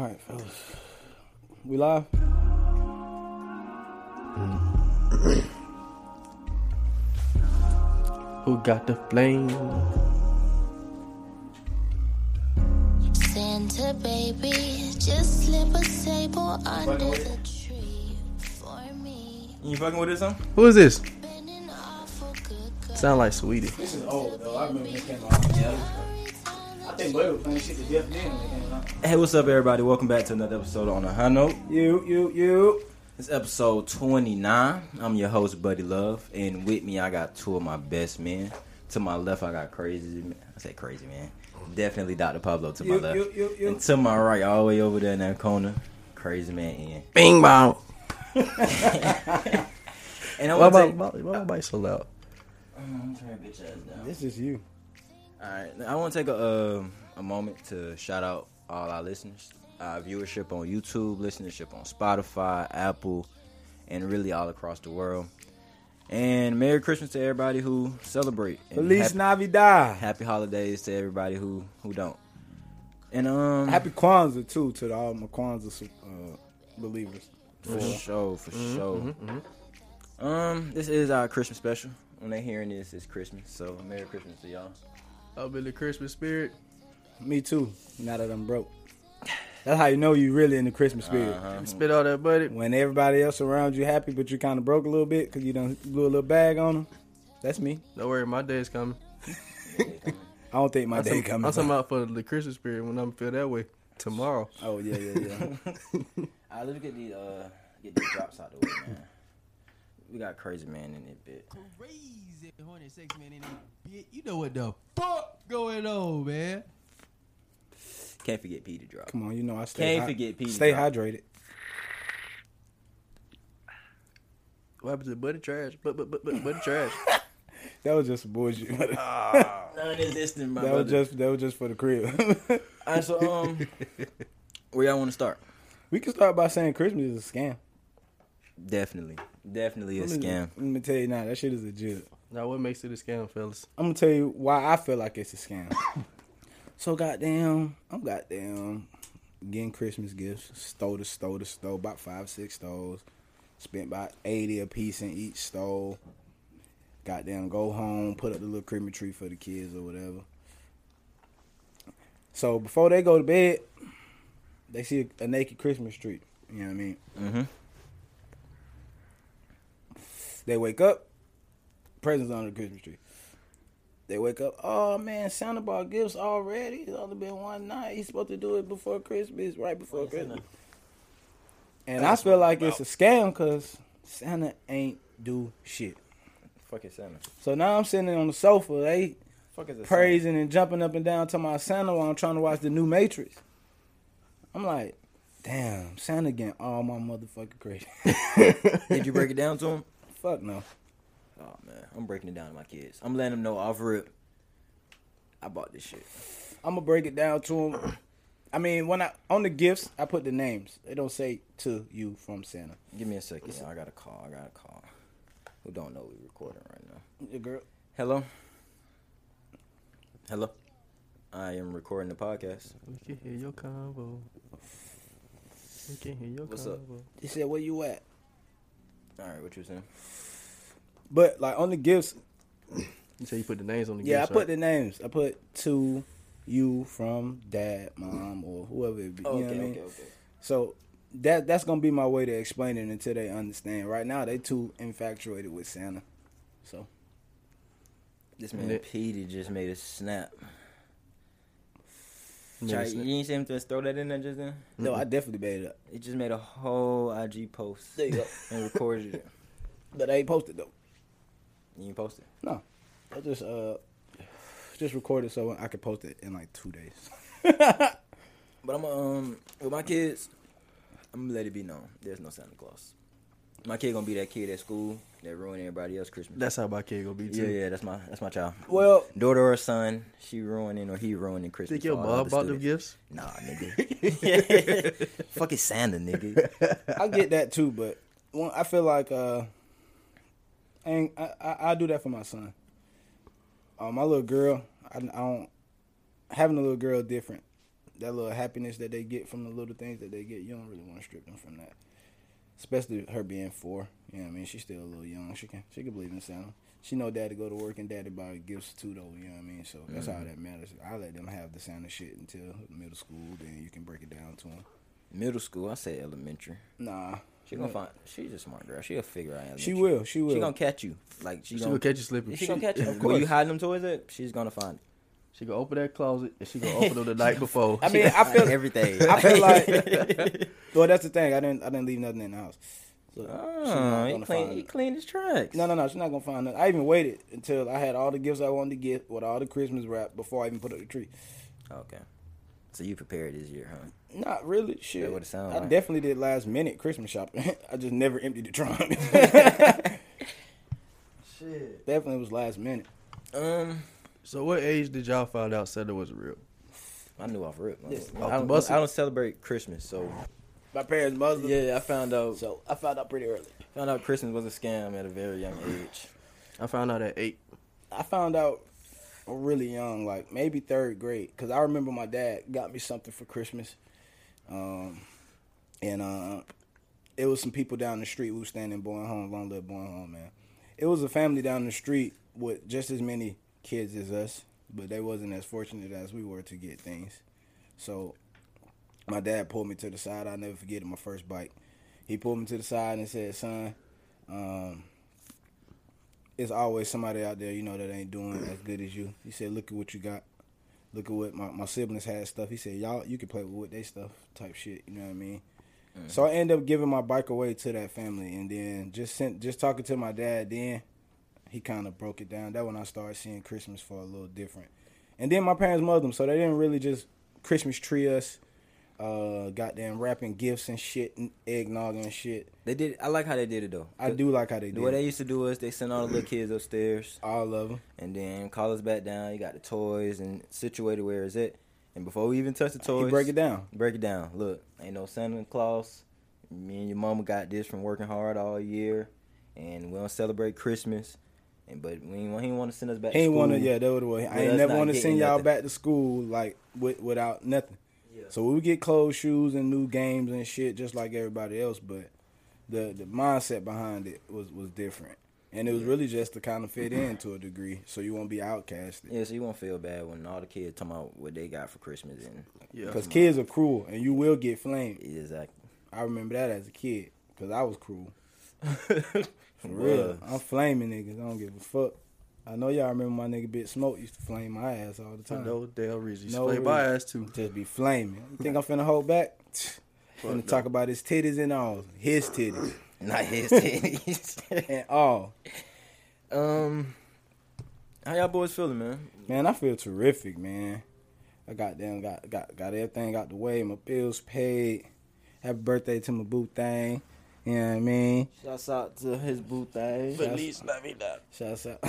right, fellas. We live? Who got the flame? Santa baby, just slip a sable under the tree for me. You fucking with this song? Who is this? Been an awful good girl. Sound like Sweetie. This is old though. I remember this came out. Yeah. I think Blair was playing shit to death then when it came out. Hey, what's up, everybody? Welcome back to another episode on a high note. You, you, you. It's episode 29. I'm your host, Buddy Love, and with me, I got two of my best men. To my left, I got crazy. Man. I say crazy man. Definitely Dr. Pablo to my You, left, you, you, you. and to my right, all the way over there in that corner, crazy man. Ian. Bing bong. And I Why want to about take. why about so loud? I'm turning bitch ass down. This is you. All right, I want to take a um a moment to shout out all our listeners, our viewership on YouTube, listenership on Spotify, Apple, and really all across the world. And Merry Christmas to everybody who celebrate. And Feliz happy, Navidad. happy holidays to everybody who who don't. And um, Happy Kwanzaa too to all my Kwanzaa uh, believers. for sure, for sure. Um, this is our Christmas special. When they hearing this, it's Christmas. So Merry Christmas to y'all. Up in the Christmas spirit. Me too. Now that I'm broke, that's how you know you really in the Christmas spirit. Uh-huh. Spit all that buddy. When everybody else around you happy, but you kind of broke a little bit because you done blew a little bag on them. That's me. Don't worry, my day's coming. Uh-huh. I don't think my I'm, day talking- coming. I'm talking about for the Christmas spirit when I'm feel that way tomorrow. oh yeah, yeah, yeah. All right, let me get these uh get these drops out the way, man. We got crazy man in it, bit. crazy horny sex man in it. You know what the fuck going on, man? Can't forget P to drop. Come on, you know I stay. Can't hy- forget Peter, Stay dog. hydrated. What happened to Buddy Trash? But but but but Buddy Trash. That was just some bullshit. None of this, my that was just that was just for the crib. All right, so um, where y'all want to start? we can start by saying Christmas is a scam. Definitely, definitely a Let me- scam. Let me tell you now, that shit is a jib. now what makes it a scam, fellas? I'm gonna tell you why I feel like it's a scam. so goddamn, I'm goddamn getting Christmas gifts, stole to stole to stole, about five six stoles, spent about eighty a piece in each stole. Goddamn, go home, put up the little Christmas tree for the kids or whatever. So before they go to bed, they see a, a naked Christmas tree. You know what I mean? Mm-hmm. They wake up, presents under the Christmas tree. They wake up, oh man, Santa bought gifts already. It's only been one night. He's supposed to do it before Christmas, right before Christmas. And I feel like it's a scam because Santa ain't do shit. Fuck it, Santa. So now I'm sitting on the sofa, they Fuck is a praising and jumping up and down to my Santa while I'm trying to watch the new Matrix. I'm like, damn, Santa getting all my motherfucking credit. Santa? Did you break it down to him? Fuck no. Oh man, I'm breaking it down to my kids. I'm letting them know off rip. I bought this shit. I'm gonna break it down to them. I mean, when I on the gifts, I put the names. They don't say to you from Santa. Give me a second. y'all. I got a call. I got a call. Who don't know we recording right now? Your girl. Hello. Hello. I am recording the podcast. We can hear your combo. We can hear your What's up? combo. He said, "Where you at?" All right, what you saying? But like on the gifts, You say you put the names on the yeah, I gifts, put right? the names. I put to you from dad, mom, or whoever it be. Oh, you know what I mean? So that that's gonna be my way to explain it until they understand. Right now, they too infatuated with Santa. So This man Nick. Petey just made a snap. Made a Chai, snap. you ain't see him just throw that in there just then? no, I definitely made it up. He just made a whole IG post. There you go. And recorded it. But I ain't posted though. You ain't posted. No, I just uh just recorded so I could post it in like two days. But I'm um with my kids, I'm gonna let it be known. There's no Santa Claus. My kid gonna be that kid at school that ruined everybody else's Christmas. That's how my kid gonna be too. yeah, yeah, that's my that's my child. Well- daughter or son, she ruining or he ruining Christmas. Think your for all mom the bought them gifts? students. Nah, nigga. Fuck it, Santa, nigga. I get that too, but when I feel like uh, I ain't, I, I I do that for my son. Uh, my little girl, I, I don't having a little girl different that little happiness that they get from the little things that they get, you don't really want to strip them from that. Especially her being four. You know what I mean? She's still a little young. She can she can believe in Santa. She know daddy go to work and daddy buy gifts too though, you know what I mean? So that's all that matters. I let them have the Santa shit until middle school, then you can break it down to them. Middle school, I say elementary. Nah. She gonna Yeah. find. She's a smart girl. She'll figure out. She elementary. will, she will. She gonna catch you. Like she, She gonna gonna catch you slipping. She gonna catch you. Of Where you course. hiding them toys at? She's gonna find. It. She gonna open that closet and she gonna open them the night before. I mean, I Like, feel everything. I feel like- well, that's the thing. I didn't I didn't leave nothing in the house. So she's oh, not he gonna clean. find He it. cleaned his tracks. No, no, no. She's not gonna find nothing. I even waited until I had all the gifts I wanted to get with all the Christmas wrap before I even put up the tree. Okay. So you prepared this year, huh? Not really. Shit. what it sound I like. definitely did last minute Christmas shopping. I just never emptied the trunk. Shit. definitely was last minute. Um, so what age did y'all find out Santa was real? I knew off rip. I, Yeah. don't- Off I the don't, bustle. I don't celebrate Christmas, so My parents' mother. yeah, I found out So I found out pretty early. found out Christmas was a scam at a very young age. I found out at eight. I found out really young, like maybe third grade, because I remember my dad got me something for Christmas, um, and uh, it was some people down the street. We were standing boy home, long live boy home, man. It was a family down the street with just as many kids as us, but they wasn't as fortunate as we were to get things. So my dad pulled me to the side. I'll never forget it, my first bike. He pulled me to the side and said, "Son." Um, it's always somebody out there, you know, that ain't doing as good as you. He said, "Look at what you got. Look at what my, my siblings had stuff." He said, "Y'all, you can play with what they stuff type shit." You know what I mean? So I end up giving my bike away to that family, and then just sent just talking to my dad. Then he kind of broke it down. That when I started seeing Christmas for a little different. And then my parents mothered them, so they didn't really just Christmas tree us, uh, goddamn wrapping gifts and shit, and eggnog and shit. They did. I like how they did it though. I do like how they The way did they it. used to do is they sent all the little kids upstairs all of them. and then call us back down. You got the toys and situated where is it? And before we even touch the toys, He break it down. Break it down. Look, ain't no Santa Claus. Me and your mama got this from working hard all year, and we don't celebrate Christmas. And but we ain't, he want to send us back. He to ain't school. want to. Yeah, that would have. With I ain't us never not want to getting send y'all nothing. back to school like with, without nothing. So we would get clothes, shoes, and new games and shit, just like everybody else. But the the mindset behind it was was different, and it was really just to kind of fit in to a degree, so you won't be outcasted. Yeah, so you won't feel bad when all the kids talking about what they got for Christmas and Yeah. Because kids are cruel, and you will get flamed. exactly. I remember that as a kid, because I was cruel. For real, I'm flaming niggas. I don't give a fuck. I know y'all remember my nigga Bit Smoke used to flame my ass all the For time. no damn reason. She No played my reason. ass too. Just be flaming. You think I'm finna hold back? Finna no. talk about his titties and all. His titties Not his titties. and all. um, how y'all boys feeling, man? Man, I feel terrific, man. I got them, got got got everything out the way. My bills paid. Happy birthday to my boo thing. You know what I mean? Shouts out to his boo thing. Feliz Shouts out.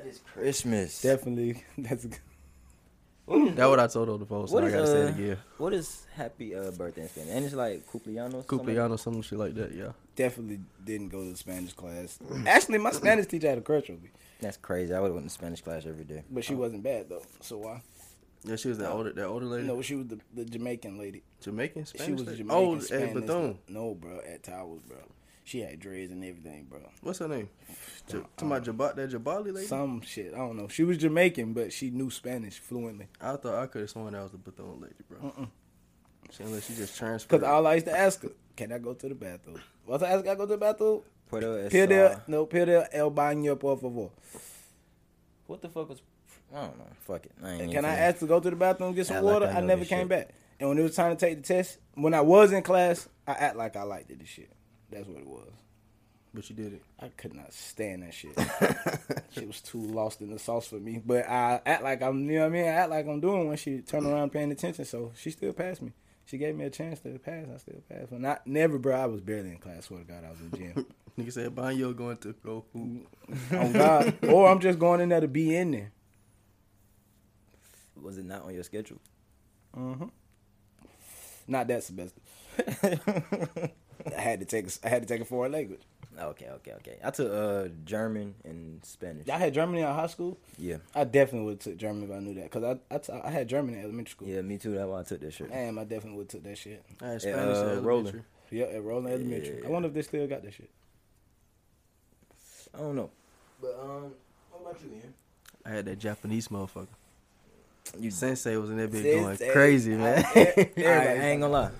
That is Christmas. Definitely. That's good. That what I told her on the phone. So What I is, gotta say it uh, again. What is happy uh, birthday in Spanish? And it's like cumpleaños. Cupliano, some shit like that. Yeah. definitely didn't go to the Spanish class. Actually, my Spanish teacher had a crush on me, That's crazy. I would have went to Spanish class every day. but she wasn't bad though. So why? Yeah, she was that older, that older lady. No, she was the, the Jamaican lady. Jamaican, Spanish. she was a lady? Jamaican Oh, Spanish. at Bethune. No, bro, at Towers, bro. She had dreads and everything, bro. Uh, What's her name? J- to my uh, Jabat, that Jabali lady. Some shit. I don't know. She was Jamaican, but she knew Spanish fluently. I thought I could have sworn that was the Bethune lady, bro. She, unless she just transferred. Because all I used to ask her, can I go to the bathroom? Once I ask her, I go to the bathroom? Puerto Escobar. Pide, no, pide el baño, por favor. What the fuck was? I don't know. Fuck it. I ain't And even can I finna- ask to go to the bathroom and get some Act like water? I I know never this came shit. back. And when it was time to take the test, when I was in class, I act like I liked it, this shit. That's what it was. but you did it. I could not stand that shit. she was too lost in the sauce for me. But I act like I'm, you know what I mean? I act like I'm doing when she turned around paying attention. So she still passed me. She gave me a chance to pass. I still passed. But not never, bro. I was barely in class. Swear to God, I was in gym. Nigga said Banyo going to go Mm-hmm. who? On God. Or I'm just going in there to be in there. Was it not on your schedule? Mm-hmm. Not that semester. I had to take. a- I had to take a foreign language. Okay, okay, okay. I took uh German and Spanish. I had Germany in high school. Yeah, I definitely would have took German if I knew that. Cause I I, t- I had German in elementary school. yeah, me too. That's why I took that shit. Damn, I definitely would have took that shit. I had Yeah, Spanish uh, in elementary. Roland. Yeah, at Roland Elementary. I Yeah. wonder if they still got that shit. I don't know. But um, what about you, Ian? I had that Japanese motherfucker. You Sensei was in that bitch going Sensei. crazy, man. I- I, I, I ain't gonna lie.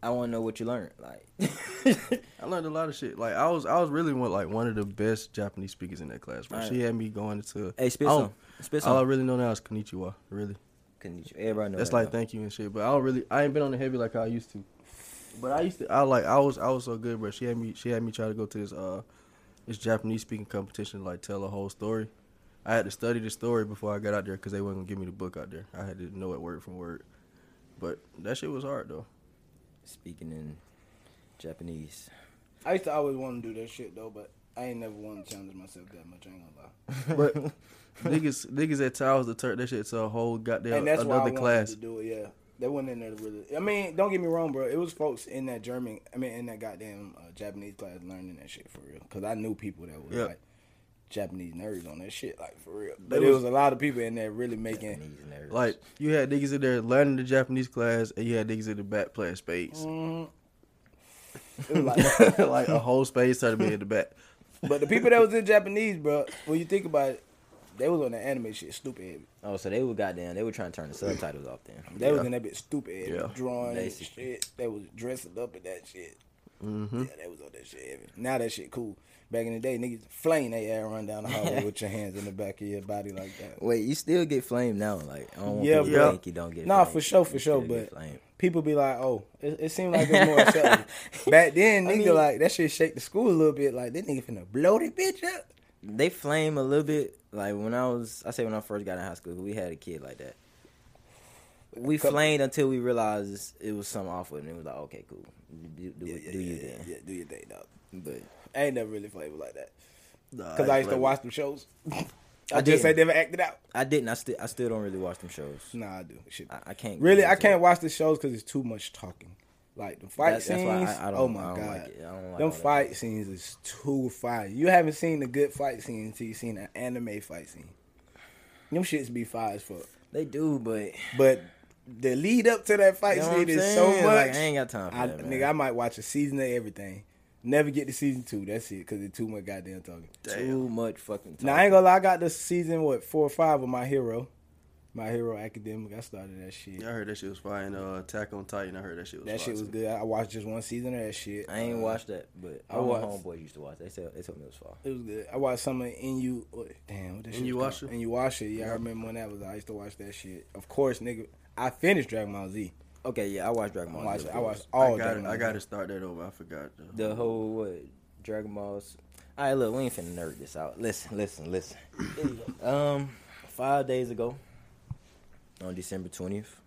I want to know what you learned. Like, learned a lot of shit. Like I was, I was really one like one of the best Japanese speakers in that class, bro. Alright. She had me going into. hey, spit I don't- some. Spit All I some. really know now is konnichiwa, really. Konnichiwa. Everybody know That's that like now. thank you and shit. But I don't really, I ain't been on the heavy like I used to. But I used to, I like, I was, I was so good, bro. She had me, she had me try to go to this, uh, this Japanese speaking competition, like tell a whole story. I had to study the story before I got out there because they wasn't gonna give me the book out there. I had to know it word from word. But that shit was hard though. Speaking in Japanese. I used to always want to do that shit though, but I ain't never want to challenge myself that much. I ain't gonna lie. But niggas, niggas at Towers to turn that shit to a whole goddamn and that's why I another wanted class. to do it. Yeah, they went in there to really. I mean, don't get me wrong, bro. It was folks in that German. I mean, in that goddamn uh, Japanese class learning that shit for real. Because I knew people that was Yeah. like Japanese nerds on that shit, like for real. But They it was- was a lot of people in there really making. Japanese and everything. Like you had niggas in there learning the Japanese class, and you had niggas in the back playing spades. Mm. It was like- like a whole space started being in the back. but the people that was in Japanese, bro, when you think about it, they was on the anime shit, stupid. heavy. oh, so they were goddamn. They were trying to turn the subtitles off then. They was Yeah. in that bit stupid, heavy, Yeah. drawing and Basically. shit. They was dressing up in that shit. Mm-hmm. Yeah, they was on that shit. heavy. Now that shit cool. Back in the day, niggas flame they ass run down the hallway with your hands in the back of your body like that. Wait, you still get flamed now? Like, I don't want Yeah, people bro. to think you don't get. Nah, flamed. for sure, for You sure, still get but- flamed. People be like, oh, it, it seemed like it's more acceptable. Back then, nigga, I mean- like that shit shake the school a little bit. Like that nigga finna blow that bitch up. they flame a little bit. Like when I was, I say when I first got in high school, we had a kid like that. We Couple- flamed until we realized it was something off with him. It was like, okay, cool, do, do, Yeah, it- yeah, do yeah, you yeah, then? Yeah, do your thing, dog. But I ain't never really flavored like that. Nah, Cause I, used to like- watch them shows. I, I just ain't didn't. never acted out. I didn't. I still, I still don't really watch them shows. Nah, I do. Shit. I, I can't really, get I into can't it. watch the shows because it's too much talking. Like the fight That's- that's scenes. why I- I don't- oh my I don't god, like it. I don't like all them that fight shit. scenes is too fire. You haven't seen the good fight scene until you seen an anime fight scene. Them shits be fire as fuck. They do, but But the lead up to that fight You know what I'm scene is so much. saying? Like, I ain't got time for I- that, man. Nigga, I might watch a season of everything. Never get to season two. That's it, cause it's too much goddamn talking. too much fucking. Time. Now I ain't gonna lie, I got this season what four or five of my hero, my hero academic. I started that shit. Yeah, I heard that shit was fire. And uh, Attack on Titan, I heard that shit was that fire shit was too. good. I watched just one season of that shit. I ain't Uh, watched that, but I all my watched- homeboys used to watch. They said they told me it was far. It was good. I watched some of Inu. What, damn, what that shit? Inuyasha? And you watch it. Yeah, I remember when that was. I used to watch that shit. Of course, nigga. I finished Dragon Ball Z. Okay, Oh, yeah, I watched Dragon I Ball. watched. Z, I watched I all got Dragon Ball I Z. got to start that over. I forgot. Though. the whole what Dragon Balls. All right, look, we ain't finna nerd this out. Listen, listen, listen. um, five days ago, on December twentieth,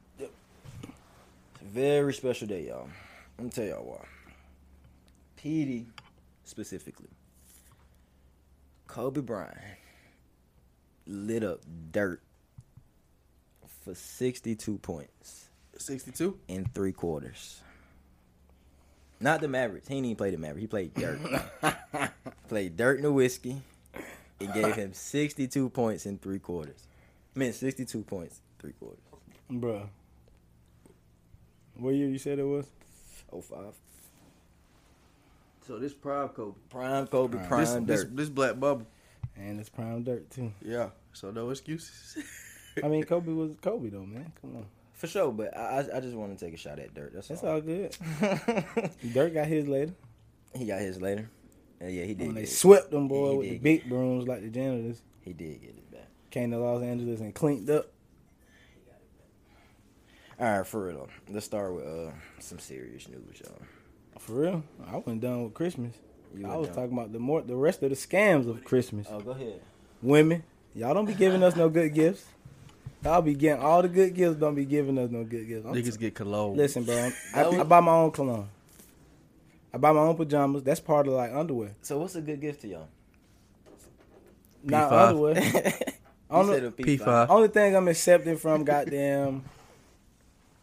very special day, y'all. Let me tell y'all why. PD specifically, Kobe Bryant lit up dirt for sixty-two points 62? in three quarters. Not the Mavericks. He didn't even play the Mavericks. He played dirt. played dirt and the whiskey. It gave him 62 points in three quarters. I mean, 62 points, three quarters. Bruh. What year you said it was? Oh five. So this prime Kobe. Prime Kobe, Prime. prime this, this dirt. this black bubble. And it's prime dirt too. Yeah. So no excuses. I mean, Kobe was Kobe though, man. Come on, For sure, but I, I- I just want to take a shot at dirt. That's, that's all. all good. Dirt got his later. he got his later. And yeah, he did. When they Get it. swept them boy He with the did big brooms like the janitors. He did get it back. Came to Los Angeles and cleaned up. All right, for real. though. Let's start with uh, some serious news, y'all. For real, I wasn't done with Christmas. You I went was down. talking about the more the rest of the scams of Christmas. Oh, go ahead. Women, y'all don't be giving us no good gifts. Y'all be getting all the good gifts. Don't be giving us no good gifts. I'm t- Niggas get cologne. Listen, bro, I, That was- I buy my own cologne. I buy my own pajamas. That's part of like underwear. So, what's a good gift to y'all? Not P5. underwear. You Only- said a P5. Only thing I'm accepting from goddamn,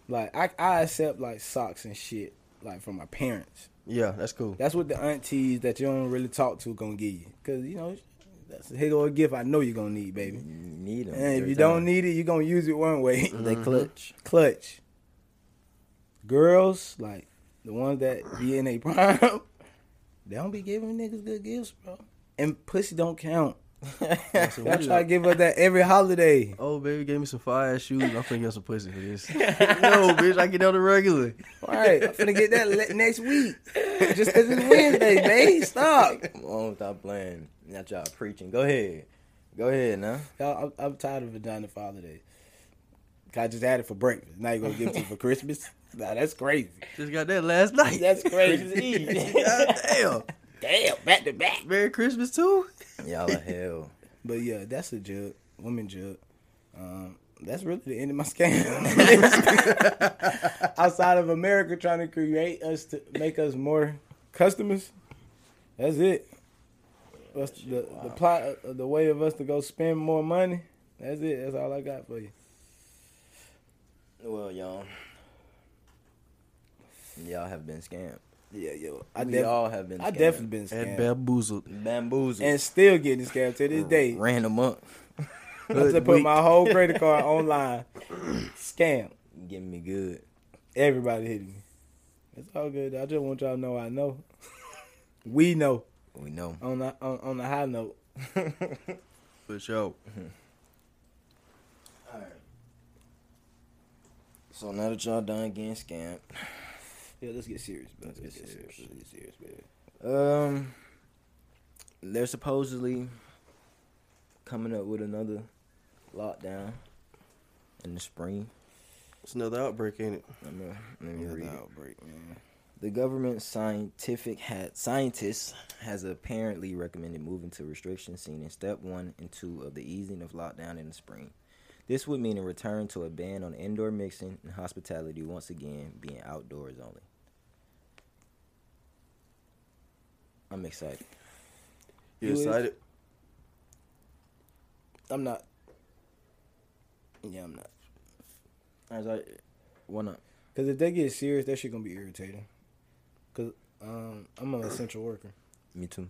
like I, I accept like socks and shit like from my parents. Yeah, that's cool. That's what the aunties that you don't really talk to gonna give you, cause you know that's a hit or a gift. I know you're gonna need, baby. Need them. And if you don't need it, you're gonna use it one way. they clutch. Clutch. Girls, like the ones that be in their prime, they don't be giving niggas good gifts, bro. And pussy don't count. That's I try to give her that every holiday. Oh baby, gave me some fire ass shoes. I'm finna get some pussy for this. no, bitch, I get on the regular. All right, I'm finna get that le- next week. Just 'cause it's Wednesday, babe. Stop. Come on, stop playing. Not y'all preaching. Go ahead. Go ahead now. Y'all, I'm, I'm tired of vagina for holidays. 'Cause I just had it for breakfast. Now you gonna give it to me for Christmas? Nah, that's crazy. Just got that last night. That's Christmas crazy. Eve. Damn. Damn, back to back. Merry Christmas too. Y'all are hell. But yeah, that's a jug. Women jug. Um, that's really the end of my scam. Outside of America trying to create us to make us more customers. That's it. What's the, the plot uh, the way of us to go spend more money? That's it. That's all I got for you. Well, y'all. Y'all have been scammed. Yeah, yo. I I, we def- all have been scammed. I definitely been And scammed. And, bamboozled. bamboozled. still getting scammed to this day. Ran them up. I just put my whole credit card online. Scam. Getting me good. Everybody hitting me. It's all good. I just want y'all to know I know. we know We know. on the on, on the high note. But yo, So now that y'all done getting scammed, Yeah, let's get serious, bro. Let's get get serious. serious. Let's get serious, baby. um, they're supposedly coming up with another lockdown in the spring. it's another outbreak, ain't it? Let me, let me read it. outbreak, man. The government scientific hat scientists has apparently recommended moving to restrictions seen in step one and two of the easing of lockdown in the spring. This would mean a return to a ban on indoor mixing and hospitality once again being outdoors only. I'm excited. You You is? excited? I'm not. Yeah, I'm not. I was like, why not? Cause if they get serious, that shit gonna be irritating. Cause um, I'm an essential worker, Me too.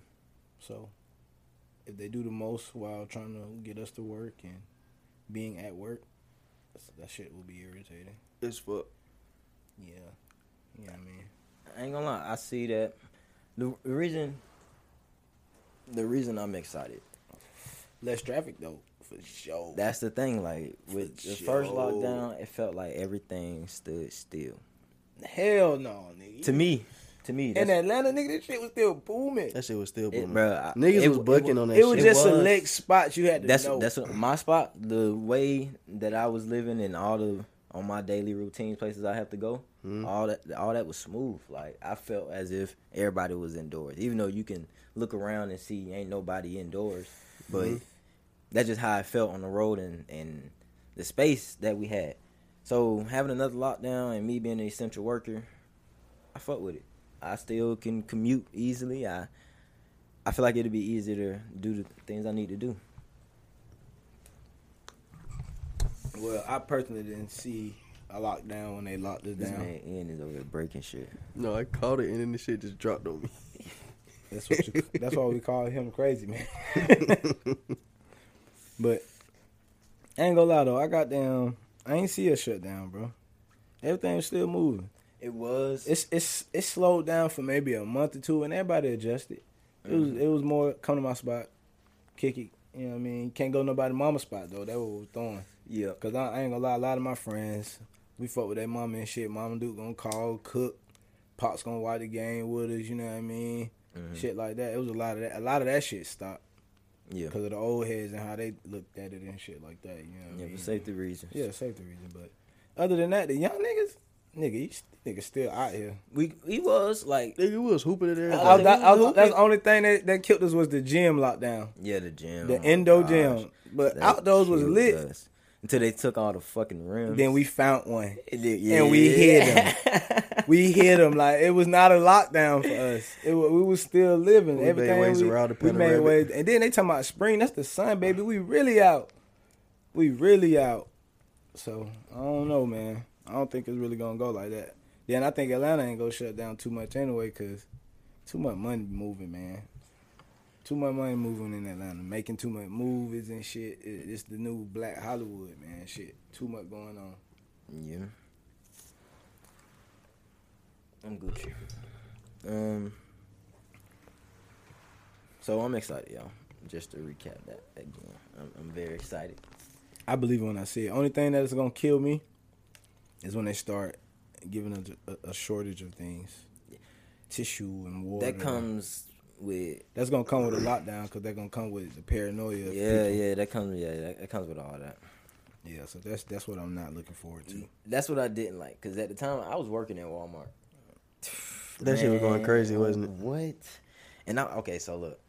so if they do the most while trying to get us to work and being at work, that's- that shit will be irritating. It's fuck. Yeah, yeah, I mean, I ain't gonna lie, I see that. The the reason, the reason I'm excited less traffic though, for sure. That's the thing. Like with the first Yo. lockdown, it felt like everything stood still. Hell no, nigga. To me, to me, in that's- Atlanta, nigga, this shit was still booming. That shit was still it, booming. bro, I- Niggas it- was it bucking on that It was shit. just was. select spots you had to That's know. that's what, my spot. The way that I was living and all the on my daily routine places I have to go, all that all that was smooth. Like I felt as if everybody was indoors, even though you can look around and see ain't nobody indoors. But that's just how I felt on the road and and the space that we had. So having another lockdown and me being an essential worker, I fuck with it. I still can commute easily. I I feel like it'll be easier to do the things I need to do. well, I personally didn't see a lockdown when they locked us This down. man Ian is over here breaking shit. no, I caught it and then the shit just dropped on me. That's what you, that's why we call him crazy man. but I ain't gonna lie though, I got down. I ain't see a shutdown, bro. Everything was still moving. It was. It's it's it slowed down for maybe a month or two, and everybody adjusted. It was Mm-hmm. it was more come to my spot, kick it. You know what I mean? Can't go nobody mama spot though. That what we was throwing. yeah. Cause I, I ain't gonna lie, a lot of my friends, we fuck with their mama and shit. Mama Duke gonna call, cook, Pop's gonna watch the game with us. You know what I mean? Mm-hmm. Shit like that. It was a lot of that. A lot of that shit stopped Yeah. because of the old heads and how they looked at it and shit like that. You know what Yeah, I mean? for safety reasons. Mm-hmm. Yeah, safety reason. But other than that, the young niggas, nigga, you s- niggas still out here. We he was like Nigga was hooping it I, there. was- I, I, hooping. that's the only thing that, that killed us was the gym lockdown, yeah the gym. the Oh my indoor gosh. gym. But That outdoors was killed lit. us. until they took all the fucking rims. Then we found one. And then- yeah. and we hit him. we hit him like it was not a lockdown for us. It wa- we was still living. We made Everything ways we, around the we made panoramic. ways, and then they talking about spring. That's the sun, baby. We really out. We really out. So I don't know, man. I don't think it's really gonna go like that. Then I think Atlanta ain't gonna shut down too much anyway, cause too much money moving, man. Too much money moving in Atlanta, making too much movies and shit. It- It's the new Black Hollywood, man. Shit, too much going on. Yeah. I'm Gucci. Um. So I'm excited, y'all. Just to recap that again, I'm, I'm very excited. I believe it when I see it. Only thing that is gonna kill me is when they start giving us a, a shortage of things, tissue and water. That comes with That's gonna come with a lockdown because they're gonna come with the paranoia. of yeah, people. yeah. That comes yeah. That, that comes with all that. yeah. So that's that's what I'm not looking forward to. That's what I didn't like because at the time I was working at Walmart. That shit was going crazy, wasn't it? What? And I okay, so look.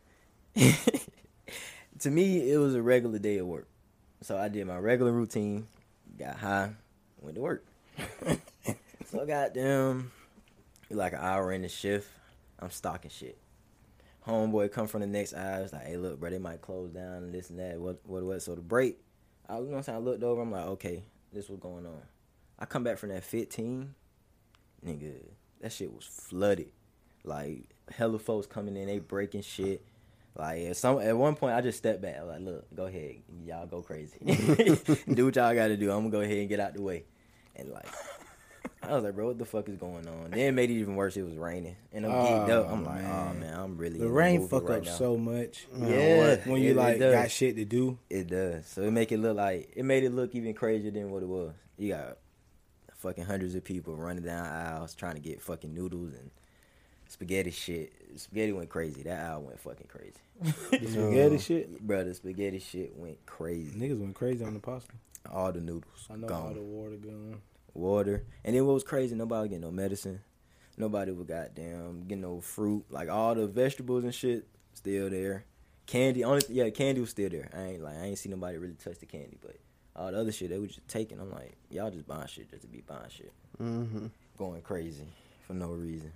to me, it was a regular day of work, so I did my regular routine, got high, went to work. so goddamn, like an hour in the shift, I'm stocking shit. Homeboy come from the next aisle, it's like, hey, look, bro, they might close down and this and that, what, what, what. So the break, I was gonna say I looked over, I'm like, okay, this was going on. I come back from that 15, nigga, that shit was flooded. Like hella folks coming in, they breaking shit. Like at some at one point, I just stepped back. I was like, look, go ahead, y'all go crazy, do what y'all got to do. I'm gonna go ahead and get out the way. And like, I was like, bro, what the fuck is going on? Then it made it even worse. It was raining, and I'm geeked Oh, up. I'm like, oh man. man, I'm really The in rain mood fuck right up now." so much. Yeah, when it- you it like does. got shit to do. It does. So it make it look like it made it look even crazier than what it was. You got fucking hundreds of people running down aisles trying to get fucking noodles and spaghetti shit. Spaghetti went crazy. That aisle went fucking crazy. The spaghetti shit. Bro, the spaghetti shit went crazy. Niggas went crazy on the pasta. All the noodles I know all gone. the water gone. Water. And then what was crazy, nobody was getting no medicine. Nobody was goddamn getting no fruit. Like all the vegetables and shit still there. Candy, only yeah, candy was still there. I ain't like I ain't see nobody really touch the candy, but all the other shit they was just taking. I'm like, y'all just buying shit just to be buying shit, Mm-hmm. going crazy for no reason.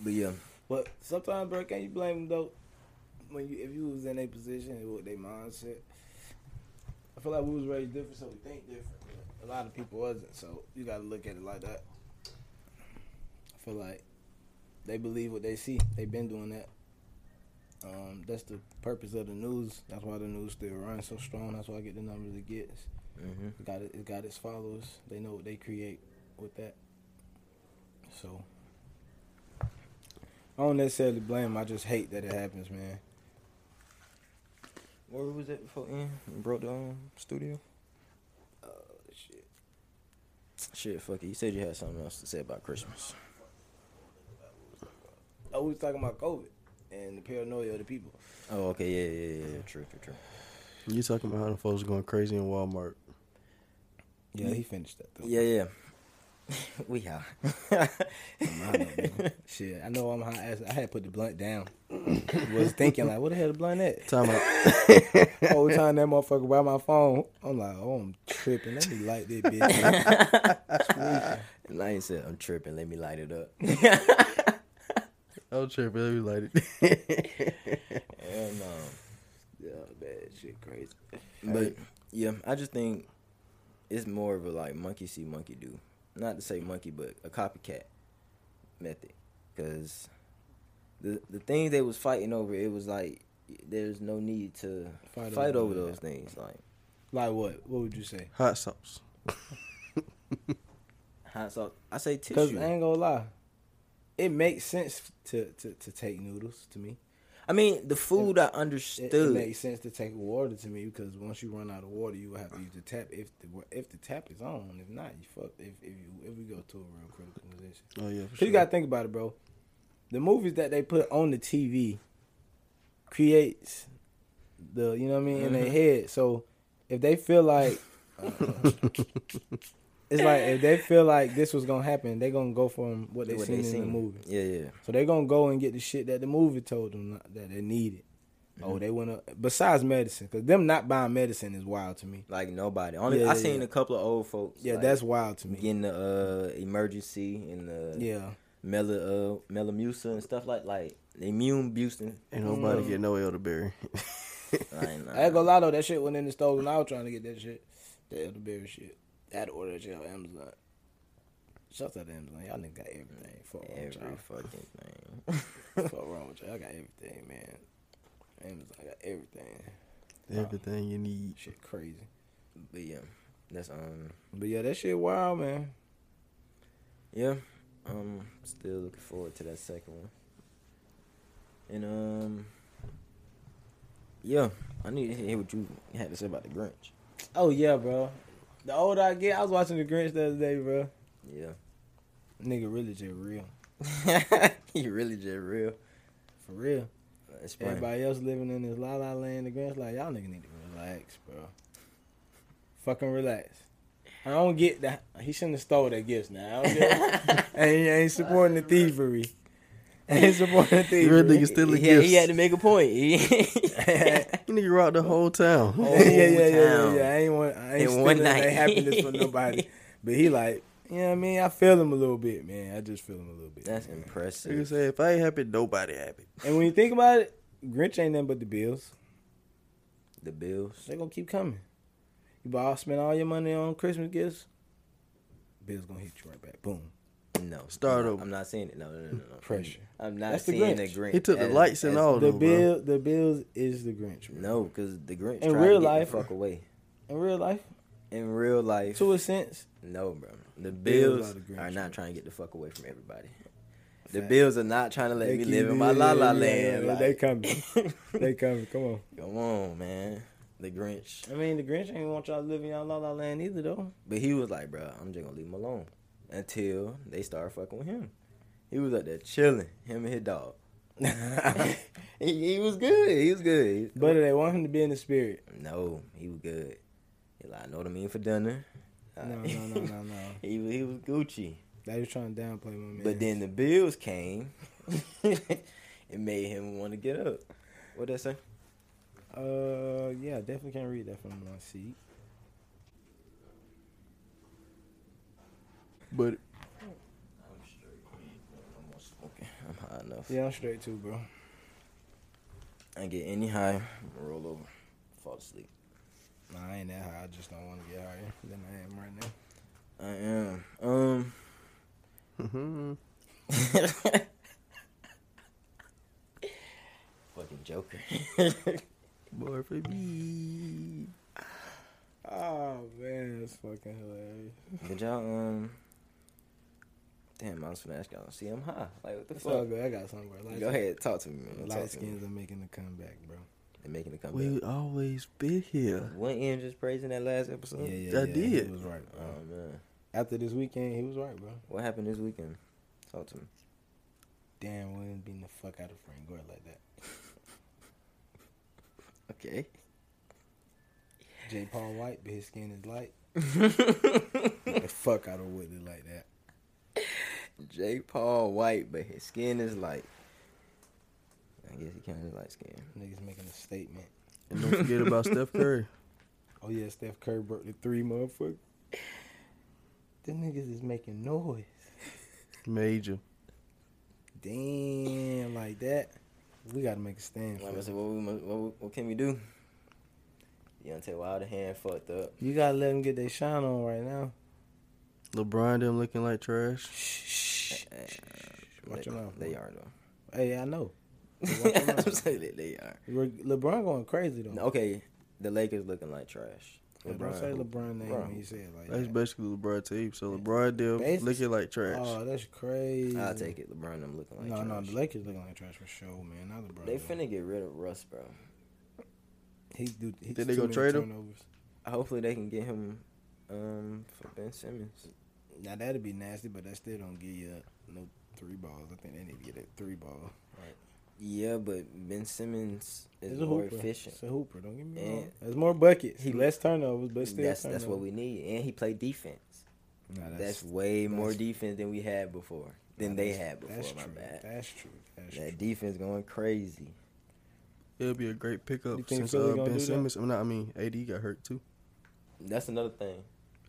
But yeah, But sometimes, bro, can't you blame them though? When you if you was in their position and what their mindset, I feel like we was raised different, so we think different. but A lot of people wasn't, so you gotta look at it like that. I feel like they believe what they see. They've been doing that. Um, that's the purpose of the news. That's why the news still runs so strong. That's why I get the numbers it gets. hmm It got it, it got its followers. They know what they create with that. So I don't necessarily blame 'em. I just hate that it happens, man. where was it before? In broke the um, studio. Oh, Shit. Shit, fuck it. You said you had something else to say about Christmas. Oh, we was talking about COVID and the paranoia of the people. Oh, okay, yeah, yeah, yeah, yeah. True, true, true. You talking about how the folks going crazy in Walmart? Yeah, he finished that though. Yeah, yeah. we are. I'm high now, man. Shit, I know I'm high as I had put the blunt down. was thinking like, what the hell the blunt at? Time out. Whole time that motherfucker by my phone. I'm like, oh, I'm tripping. Let me light that bitch. up. and I ain't said I'm tripping. Let me light it up. I'll trip. Let me light it. Hell no. yeah, bad shit, crazy. But yeah, I just think it's more of a like monkey see, monkey do. Not to say monkey, but a copycat method. Because the the things they was fighting over, it was like there's no need to Fight fight, over over, that. those things. Like Like what? What would you say? Hot sauce. hot sauce. I say Cause tissue. I ain't gonna lie, it makes sense to to, to take noodles to me. I mean, the food I It, understood. it makes sense to take water to me because once you run out of water, you will have to use the tap if the wa- if the tap is on. If not, you fuck. If if you if we go to a real critical position, Oh yeah. For 'Cause you gotta think about it, bro. The movies that they put on the TV creates the you know what I mean in their head. So if they feel like uh, it's like if they feel like this was gonna happen, they gonna go from what they what they seen in the seen. movie. Yeah, yeah. So they gonna go and get the shit that the movie told them not- that they needed. Oh, they went up besides medicine because them not buying medicine is wild to me. Like nobody. Only Yeah, I yeah, seen yeah. a couple of old folks. Yeah, like, that's wild to me. getting the uh, emergency and the yeah, mela uh, melamucil and stuff like like immune boosting. Ain't nobody get no elderberry. Like, nah. I ain't gonna lie though, that shit went in the store when I was trying to get that shit, the elderberry shit. I had to order that shit on Amazon. Shout out to Amazon. Y'all niggas got everything. Fuck wrong with Every y'all. fucking thing. Fuck wrong with y'all. Y'all got everything, man. Amazon got everything. Everything you need. Shit crazy. But yeah, that's um But yeah, that shit wild, man. yeah, um still looking forward to that second one. And um yeah, I need to hear what you had to say about the Grinch. Oh yeah, bro. The older I get, I was watching The Grinch the other day, bro. Nigga really just real. Yeah, he really just real. For real. Explain. Everybody else living in this la la land, the Grinch like y'all niggas need to relax, bro. Fucking relax. I don't get that. He shouldn't have stole that gifts now. I don't get- ain't, ain't supporting the thievery. Ain't supporting the You thievery. real nigga still a he, had, gift. he had to make a point. He- You nigga rocked the whole town. yeah, Oh. yeah, yeah, yeah, town. yeah. I ain't want. I ain't In stealing one one night. happiness for nobody. But he like, you know what I mean? I feel him a little bit, man. I just feel him a little bit. That's man. Nigga impressive. say if I ain't happy, nobody happy. And when you think about it, Grinch ain't nothing but the bills. The Bills. They gonna keep coming. You bought, spend all your money on Christmas gifts. Bills gonna hit you right back. Boom. No. Start I'm over. not, I'm not seeing it. No, no, no, no. no. Pressure. I'm not That's the seeing the Grinch. Grinch. He took the That's- lights and that's- all The though, bro. bill, the bills is the Grinch. Bro. No, because the Grinch In tried to real get life- the uh, fuck away. In real life, In real life, to a sense, no, bro. The Bills Bills are the Grinch, are bro. not trying to get the fuck away from everybody. The Fact. Bills are not trying to let They me keep- live in my yeah, la la yeah, yeah, land. yeah, like- they coming. they coming. Come on. Come on, man. The Grinch. I mean, the Grinch ain't want y'all to live in y'all la la land either, though. But he was like, bro, I'm just gonna leave him alone until they start fucking with him. He was up there chilling, him and his dog. he, he was good. He was good. But they want him to be in the spirit. no, he was good. He like, I know what I mean for dinner. No, no, no, no, no. he was he was Gucci. They was trying to downplay my man. But then the bills came. it made him want to get up. What that say? uh, yeah, I definitely can't read that from my seat. But Okay, I'm high enough. Yeah, I'm straight too, bro. I get any high, roll over, fall asleep. Nah, I ain't that high. I just don't want to get higher than I am right now. I am. Um. mhm. Fucking Joker. boy, for me. Oh man, it's fucking hilarious. Did y'all um? Damn, I was gonna ask y'all. See, I'm high. Like what the It's all fuck? good. I got somewhere. Light Go ahead, talk to me, man. Talk Light to me. skins are making a comeback, bro. They're making the comeback. We always be here. One end just praising that last episode. I did. He was right, bro. Oh man, After this weekend, he was right, bro. what happened this weekend? Talk to me. Damn, we ain't beating the fuck out of Frank Gore like that. Okay. J. Paul White, but his skin is light. Beat the fuck out of Woodley like that. J. Paul White, but his skin is light. I guess he kind of light skin. Niggas making a statement. And don't forget about Steph Curry. Oh yeah, Steph Curry broke the three, motherfucker. Them niggas is making noise. Major. Damn, like that. We gotta make a stand. Like I for said, it. what, we, mu- what, we- what can we do? Deontay Wilder hand fucked up. You gotta let them get their shine on right now. LeBron them looking like trash. Shh. Watch they, your mouth, They bro. are though. Hey, I know. Watch your I'm mouth. saying that they are. Re- LeBron going crazy though. No, okay, the Lakers looking like trash. Yeah, Don't say who- LeBron name LeBron. when you say it like That's that. basically LeBron tape. So LeBron them Basi- looking like trash. Oh, that's crazy. I'll take it. LeBron them looking like no, trash. no, the Lakers looking like trash for sure, man. Not LeBron. They though. finna get rid of Russ, bro. He do. He Think they gonna trade him? Hopefully they can get him um, for Ben Simmons. Now that'd be nasty, but that still don't give you no three balls. I think they need to get that three ball. Yeah, but Ben Simmons is It's more hooper. efficient. It's a hooper. Don't get me And- wrong. There's more buckets. He- less turnovers, but still That's that's what turnovers. we need, and he played defense. Nah, That's, way more Ah, that's- defense than we had before. Than nah, they that's- had before. That's my true. bad. That's true. That's true. That defense going crazy. It'll be a great You pickup think since Philly uh, gonna do Ben that? Simmons. I'm not. I mean, AD got hurt too. That's another thing.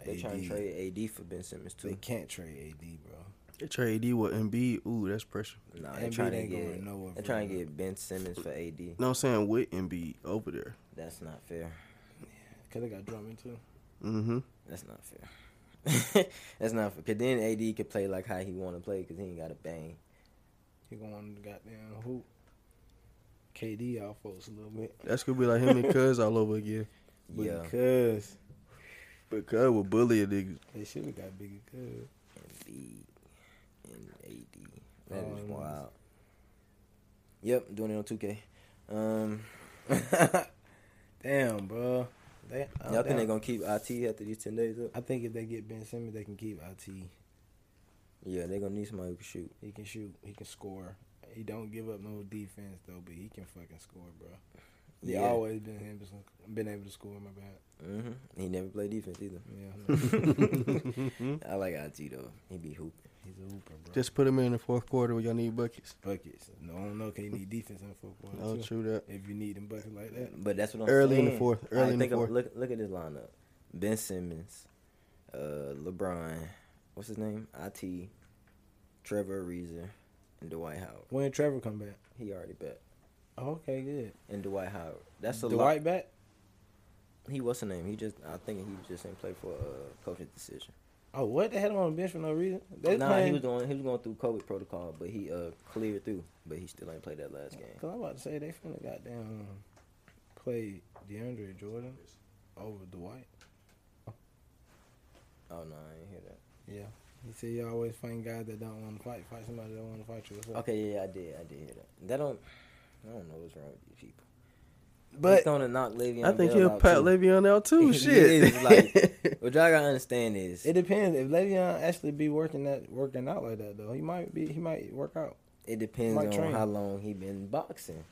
They trying AD. to trade AD for Ben Simmons They too. can't trade AD, bro. They trade AD with Embiid. Ooh, that's pressure. Nah, they Embiid trying to ain't going get nowhere they for trying to real. get Ben Simmons for AD. No, I'm saying with Embiid over there. That's not fair. Cause they got Drummond too. Mm-hmm. That's not fair. That's not because then AD could play like how he want to play because he ain't got a bang. He gonna want to goddamn hoop. KD off folks a little bit. That's gonna be like him and Cuz all over again. But yeah, Cuz But Cuz would bully a nigga. they should have got bigger. Cuz Embiid and AD. That is Um, wild. Yep, doing it on 2K. Um, damn, bro. They, I'm y'all think down. they gonna keep IT after these ten days up? I think if they get Ben Simmons, they can keep it. Yeah, they gonna need somebody who can shoot. He can shoot. He can score. He don't give up no defense though, but he can fucking score, bro. He Yeah. always been able to, been able to score. My bad. hmm He never played defense either. Yeah, I like IT though. He be hoop. he's a hooper, bro. Just put him in the fourth quarter when y'all need buckets. buckets. No, I don't know. Can you need defense in football? Oh, too. true that. If you need them buckets like that, But that's what I'm Early in saying. the fourth, I early in the think I'm- fourth. Look, look at this lineup: Ben Simmons, uh, LeBron, what's his name? It, Trevor Ariza, and Dwight Howard. when Trevor come back, Oh, He already bet. okay, good. And Dwight Howard. That's a So lot. Dwight back. He what's his name? He just I think he just didn't play for a coaching decision. Oh, what they had him on the bench for no reason. They nah, playing. he was going he was going through COVID protocol, but he uh cleared through, but he still ain't played that last game. Cause I'm about to say they finna goddamn play DeAndre Jordan over Dwight. Oh no, I didn't hear that. Yeah. He said you always find guys that don't want to fight. Fight somebody that don't want to fight you. What's up? Okay, yeah, yeah, I did, I did hear that. That don't I don't know what's wrong with these people. But He's gonna knock Le'Veon. I think Bell he'll out, pat too. Le'Veon out too. He Shit. is, like- What y'all gotta understand is it it, depends. If Le'Veon actually be working that working out like that though, he might be he might work out. depends Mike on Train. how long he been boxing.